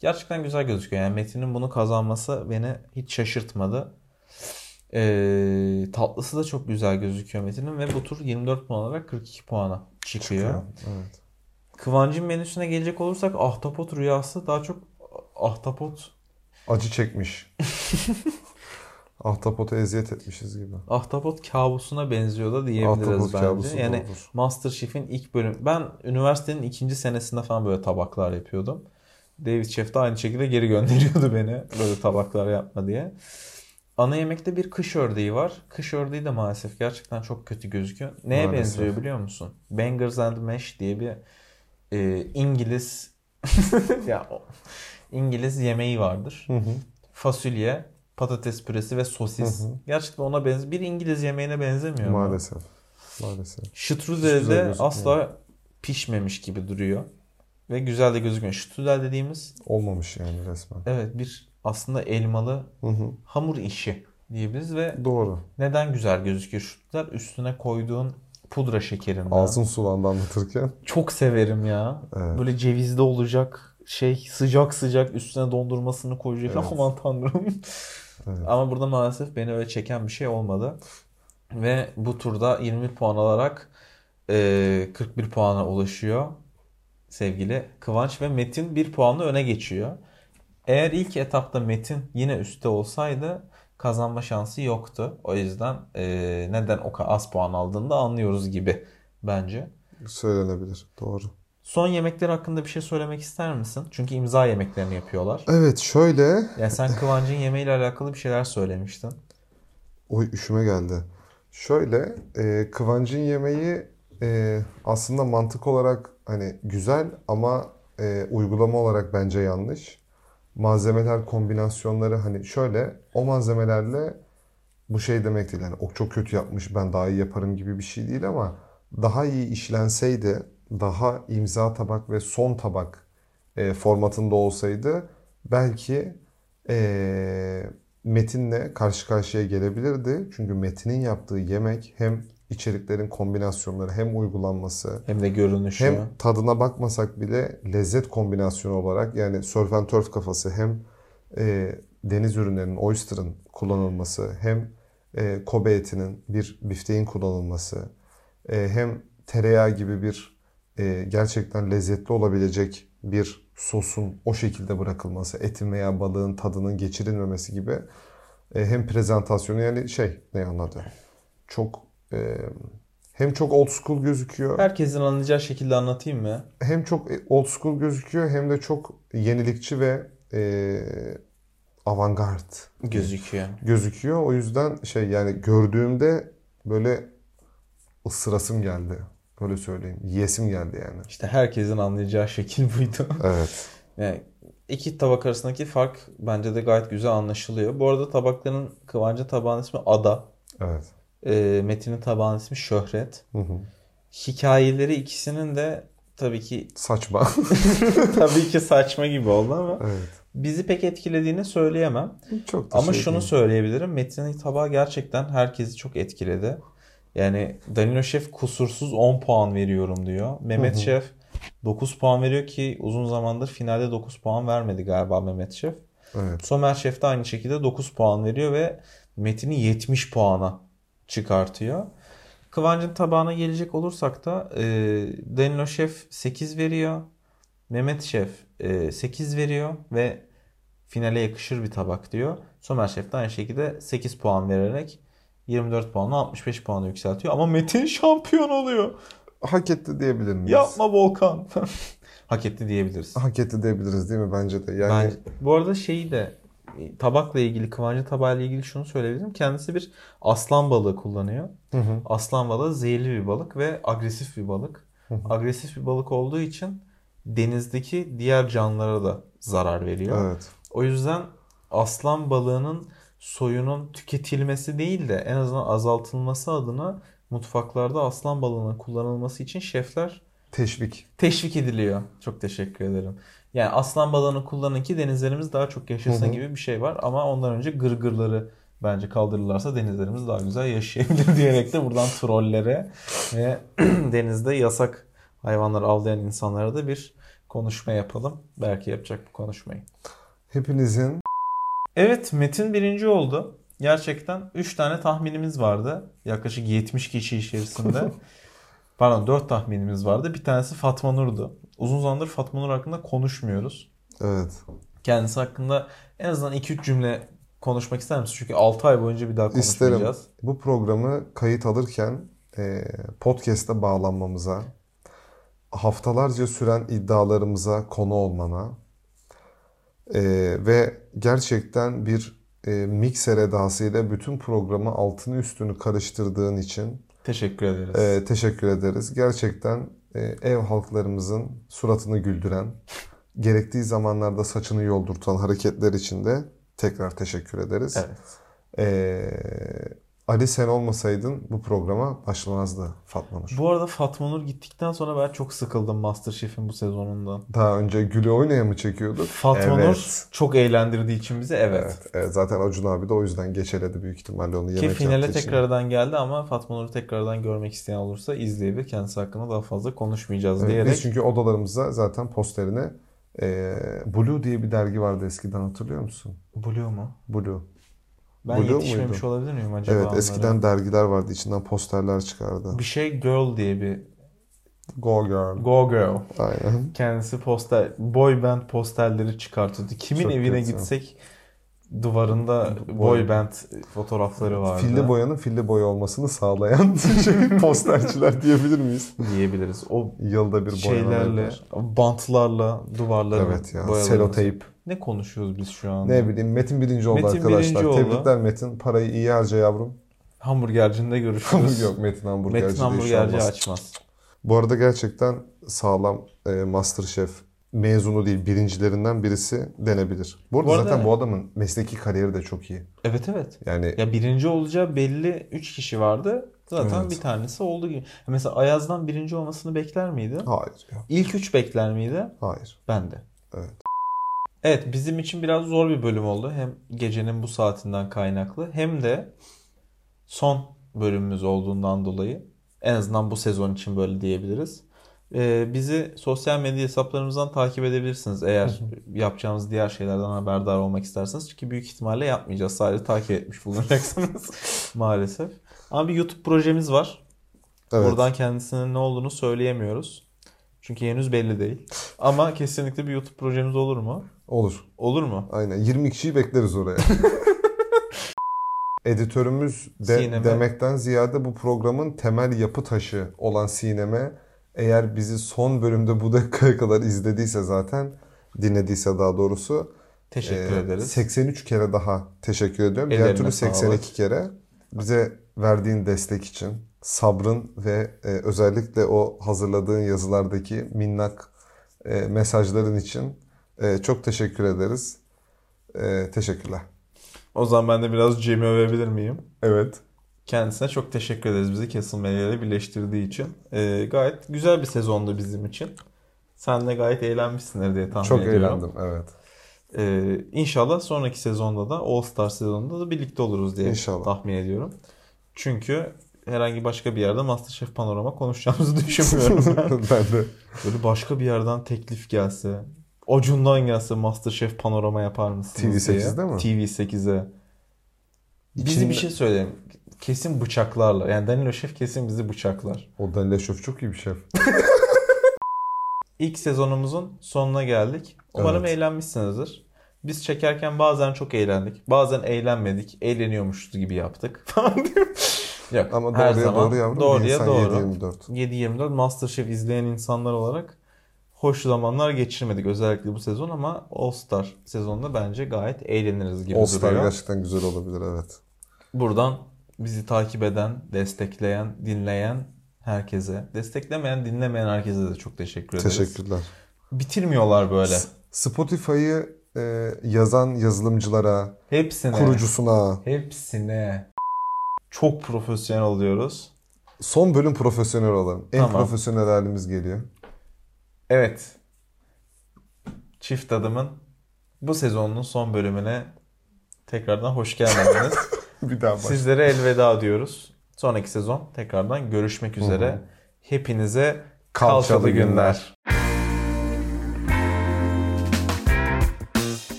Gerçekten güzel gözüküyor. Yani Metin'in bunu kazanması beni hiç şaşırtmadı. Ee, tatlısı da çok güzel gözüküyor Metin'in ve bu tur 24 puan olarak 42 puana çıkıyor.
Evet.
Kıvancın menüsüne gelecek olursak ahtapot rüyası daha çok ahtapot
Acı çekmiş. Ahtapota eziyet etmişiz gibi.
Ahtapot kabusuna benziyor da diyebiliriz
Ahtapot
bence.
kabusu
yani
doğrudur.
MasterChef'in ilk bölüm. Ben üniversitenin ikinci senesinde falan böyle tabaklar yapıyordum. David Chef de aynı şekilde geri gönderiyordu beni böyle tabaklar yapma diye. Ana yemekte bir kış ördeği var. Kış ördeği de maalesef gerçekten çok kötü gözüküyor. Neye
Maalesef.
benziyor biliyor musun? Bangers and Mash diye bir e, İngiliz ya o- İngiliz yemeği vardır
Hı hı.
fasulye, patates püresi ve sosis.
Hı hı.
Gerçekten ona benzer. Bir İngiliz yemeğine benzemiyor mu?
Maalesef. Maalesef. Strudel
Strudel de
gözükmüyor.
asla pişmemiş gibi duruyor. Ve güzel de gözükmüyor. Strudel dediğimiz
Olmamış yani resmen.
evet bir aslında elmalı
Hı hı.
hamur işi diyebiliriz ve
Doğru.
neden güzel gözüküyor strudel? Üstüne koyduğun pudra şekerinden.
Ağzın sulandı anlatırken.
Çok severim ya.
Evet.
Böyle cevizde olacak şey sıcak sıcak üstüne dondurmasını koyacak.
Evet.
Aman tanrım.
Evet.
Ama burada maalesef beni öyle çeken bir şey olmadı. Ve bu turda 20 puan alarak e, 41 puana ulaşıyor sevgili Kıvanç ve Metin 1 puanla öne geçiyor. Eğer ilk etapta Metin yine üstte olsaydı kazanma şansı yoktu. O yüzden eee, neden o kadar az puan aldığını da anlıyoruz gibi bence.
Söylenebilir. Doğru.
Son yemekler hakkında bir şey söylemek ister misin? Çünkü imza yemeklerini yapıyorlar.
Evet şöyle.
Yani sen Kıvancın yemeğiyle alakalı bir şeyler söylemiştin.
Oy üşüme geldi. Şöyle e, Kıvancın yemeği e, aslında mantık olarak hani güzel ama e, uygulama olarak bence yanlış. Malzemeler kombinasyonları hani şöyle o malzemelerle bu şey demek değil. Hani o çok kötü yapmış ben daha iyi yaparım gibi bir şey değil ama daha iyi işlenseydi daha imza tabak ve son tabak e, formatında olsaydı belki e, metinle karşı karşıya gelebilirdi. Çünkü metinin yaptığı yemek hem içeriklerin kombinasyonları hem uygulanması
Hem de görünüşü.
hem tadına bakmasak bile lezzet kombinasyonu olarak yani surf and turf kafası hem e, deniz ürünlerinin oyster'ın kullanılması hem e, Kobe etinin bir bifteğin kullanılması e, hem tereyağı gibi bir e, gerçekten lezzetli olabilecek bir sosun o şekilde bırakılması, etin veya balığın tadının geçirilmemesi gibi e, hem prezentasyonu yani şey ne anladı? Çok e, hem çok old school gözüküyor
Herkesin anlayacağı şekilde anlatayım mı?
hem çok e, old school gözüküyor hem de çok yenilikçi ve e, avantgard
Gözüküyor.
gözüküyor. O yüzden şey yani gördüğümde böyle ısırasım geldi. Böyle söyleyeyim. Yiyesim geldi yani.
İşte herkesin anlayacağı şekil buydu.
Evet.
Yani iki tabak arasındaki fark bence de gayet güzel anlaşılıyor. Bu arada tabakların Kıvancı tabağın ismi Ada.
Evet.
E, Metin'in tabağın ismi Şöhret.
Hı hı.
Hikayeleri ikisinin de tabii ki
Saçma.
tabii ki saçma gibi oldu ama
evet.
bizi pek etkilediğini söyleyemem.
Çok da
Ama
şey
şunu
değil.
söyleyebilirim. Metin'in tabağı gerçekten herkesi çok etkiledi. Yani Danilo Şef kusursuz 10 puan veriyorum diyor. Mehmet
Hı hı.
Şef 9 puan veriyor ki uzun zamandır finalde 9 puan vermedi galiba Mehmet Şef.
Evet.
Somer Şef de aynı şekilde 9 puan veriyor ve Metin'i 70 puana çıkartıyor. Kıvancın tabağına gelecek olursak da e, Danilo Şef 8 veriyor. Mehmet Şef e, 8 veriyor ve finale yakışır bir tabak diyor. Somer Şef de aynı şekilde 8 puan vererek 24 puanla 65 puanı yükseltiyor. Ama Metin şampiyon oluyor.
Hak etti diyebilir miyiz?
Yapma Volkan. Hak etti diyebiliriz.
Hak etti diyebiliriz değil mi? Bence de. Yani
Bence- bu arada şeyi de e, tabakla ilgili, kıvancı tabağıyla ilgili şunu söyleyebilirim. Kendisi bir aslan balığı kullanıyor.
Hı hı.
Aslan balığı zehirli bir balık ve agresif bir balık.
Hı hı.
Agresif bir balık olduğu için denizdeki diğer canlılara da zarar veriyor.
Evet.
O yüzden aslan balığının soyunun tüketilmesi değil de en azından azaltılması adına mutfaklarda aslan balığının kullanılması için şefler
Teşvik.
teşvik ediliyor. Çok teşekkür ederim. Yani aslan balığını kullanın ki denizlerimiz daha çok yaşasın
Hı hı.
gibi bir şey var. Ama ondan önce gırgırları bence kaldırırlarsa denizlerimiz daha güzel yaşayabilir diyerek de buradan trollere ve denizde yasak hayvanları avlayan insanlara da bir konuşma yapalım. Belki yapacak bu konuşmayı.
Hepinizin
Evet Metin birinci oldu. Gerçekten 3 tane tahminimiz vardı. Yaklaşık 70 kişi içerisinde. Pardon 4 tahminimiz vardı. Bir tanesi Fatma Nur'du. Uzun zamandır Fatma Nur hakkında konuşmuyoruz.
evet.
Kendisi hakkında en azından 2-3 cümle konuşmak ister misin? Çünkü 6 ay boyunca bir daha
İsterim.
konuşmayacağız.
Bu programı kayıt alırken e, podcast'e bağlanmamıza, haftalarca süren iddialarımıza konu olmana e, ve gerçekten bir e, mikser edasıyla bütün programı altını üstünü karıştırdığın için
Teşekkür ederiz.
e, teşekkür ederiz. Gerçekten e, ev halklarımızın suratını güldüren, gerektiği zamanlarda saçını yoldurtan hareketler için de tekrar teşekkür ederiz.
Evet.
Ee, Ali sen olmasaydın bu programa başlamazdı Fatma Nur.
Bu arada Fatma Nur gittikten sonra ben çok sıkıldım MasterChef'in bu sezonundan.
Daha önce Gül'ü oynaya mı çekiyorduk?
Fatma
Evet.
Nur çok eğlendirdiği için bizi evet.
Evet, evet. Ee, zaten Acun abi de o yüzden geçeledi büyük ihtimalle onu
Ki
yemek
finale
yaptığı için.
tekrardan geldi ama Fatma Nur'u tekrardan görmek isteyen olursa izleyebilir. Kendisi hakkında daha fazla konuşmayacağız
Evet,
diyerek.
Ee, Biz çünkü odalarımıza zaten posterine ee, Blue diye bir dergi vardı eskiden hatırlıyor musun?
Blue mu?
Blue.
Ben
Blue
yetişmemiş
muydu?
olabilir miyim acaba
Evet
onlara?
eskiden dergiler vardı içinden posterler çıkardı.
Bir şey Girl diye bir
Go Girl.
Go Girl.
Aynen.
Kendisi poster, boy band posterleri çıkartıyordu. Kimin
Çok
evine
kötü.
gitsek duvarında boy band fotoğrafları vardı.
Filli boyanın filli boy olmasını sağlayan şey, posterciler diyebilir miyiz?
diyebiliriz. O
Yılda bir
şeylerle,
boyanıyorlar.
bantlarla duvarları
Evet ya.
boyalarını-
Seloteyp.
Ne konuşuyoruz biz şu an?
Ne bileyim Metin birinci oldu
Metin
arkadaşlar.
birinci oldu.
Tebrikler Metin. Parayı iyi harca yavrum.
Hamburgercinde görüşürüz.
Yok Metin hamburgerci
Metin
değil, şu an
hamburgerci
bahsediyorum.
açmaz.
Bu arada gerçekten sağlam e, Masterchef mezunu değil birincilerinden birisi denebilir. Bu arada,
Bu arada-
zaten bu adamın mesleki kariyeri de çok iyi.
Evet evet.
Yani
Ya birinci olacağı belli 3 kişi vardı. Zaten
Evet.
bir tanesi oldu gibi. Mesela Ayaz'dan birinci olmasını bekler miydi?
hayır ya,
İlk 3 bekler miydi?
hayır.
Ben de.
Evet.
Evet bizim için biraz zor bir bölüm oldu. Hem gecenin bu saatinden kaynaklı hem de son bölümümüz olduğundan dolayı en azından bu sezon için böyle diyebiliriz. Ee, bizi sosyal medya hesaplarımızdan takip edebilirsiniz eğer yapacağımız diğer şeylerden haberdar olmak isterseniz. Çünkü büyük ihtimalle yapmayacağız. Sadece takip etmiş bulunacaksınız maalesef. Ama bir YouTube projemiz var.
Evet.
Buradan kendisinin ne olduğunu söyleyemiyoruz. Çünkü henüz belli değil. Ama kesinlikle bir YouTube projemiz olur mu?
Olur.
Olur mu?
Aynen 20 kişiyi bekleriz oraya. Editörümüz de,
Sineme.
demekten ziyade bu programın temel yapı taşı olan Sineme eğer bizi son bölümde bu dakikaya kadar izlediyse zaten dinlediyse daha doğrusu
Teşekkür
Ee,
ederiz.
83 kere daha teşekkür ediyorum. Diğer
Ellerine
türlü
sağlık.
82 kere. Bize verdiğin destek için, sabrın ve e, özellikle o hazırladığın yazılardaki minnak e, mesajların için e, çok teşekkür ederiz. E, teşekkürler.
O zaman ben de biraz Cem'i övebilir miyim?
Evet.
Kendisine çok teşekkür ederiz bizi Castlevania ile birleştirdiği için. Ee, gayet güzel bir sezondu bizim için. Sen de gayet eğlenmişsindir diye tahmin
Çok
ediyorum.
eğlendim. Evet.
Ee, inşallah sonraki sezonda da All Star sezonunda da birlikte oluruz diye
İnşallah.
tahmin ediyorum. Çünkü herhangi başka bir yerde MasterChef Panorama konuşacağımızı düşünmüyorum ben.
ben de.
Böyle başka bir yerden teklif gelse, Acun'dan gelse MasterChef Panorama yapar mısınız diye.
TV8'de mi?
TV8'e. Bizi
İçinde-
bir şey söyleyeyim. Kesin bıçaklarlar. Yani Danilo Şef kesin bizi bıçaklar.
O Danilo Şef çok iyi bir şef.
İlk sezonumuzun sonuna geldik. Umarım
Evet.
eğlenmişsinizdir. Biz çekerken bazen çok eğlendik. Bazen eğlenmedik. Eğleniyormuşuz gibi yaptık falan diyor. Yok,
Ama
her
doğruya
zaman
doğru yavrum. bir
doğruya
insan
doğru.
7-24.
7-24 Masterchef izleyen insanlar olarak hoş zamanlar geçirmedik özellikle bu sezon ama All Star sezonunda bence gayet eğleniriz gibi
All Star
duruyor.
gerçekten güzel olabilir evet.
Buradan bizi takip eden, destekleyen, dinleyen herkese, desteklemeyen, dinlemeyen herkese de çok teşekkür ederiz.
Teşekkürler.
Bitirmiyorlar böyle.
Spotify'ı e, yazan yazılımcılara,
Hepsine.
kurucusuna,
Hepsine. Çok profesyonel oluyoruz.
son bölüm profesyonel olalım. En
Tamam.
profesyonel halimiz geliyor.
Evet. Çift adımın bu sezonun son bölümüne tekrardan hoş geldiniz.
Bir daha başla.
Sizlere elveda diyoruz. Sonraki sezon tekrardan görüşmek üzere.
Hı hı.
Hepinize
Kalçalı
kalçalı günler.
günler.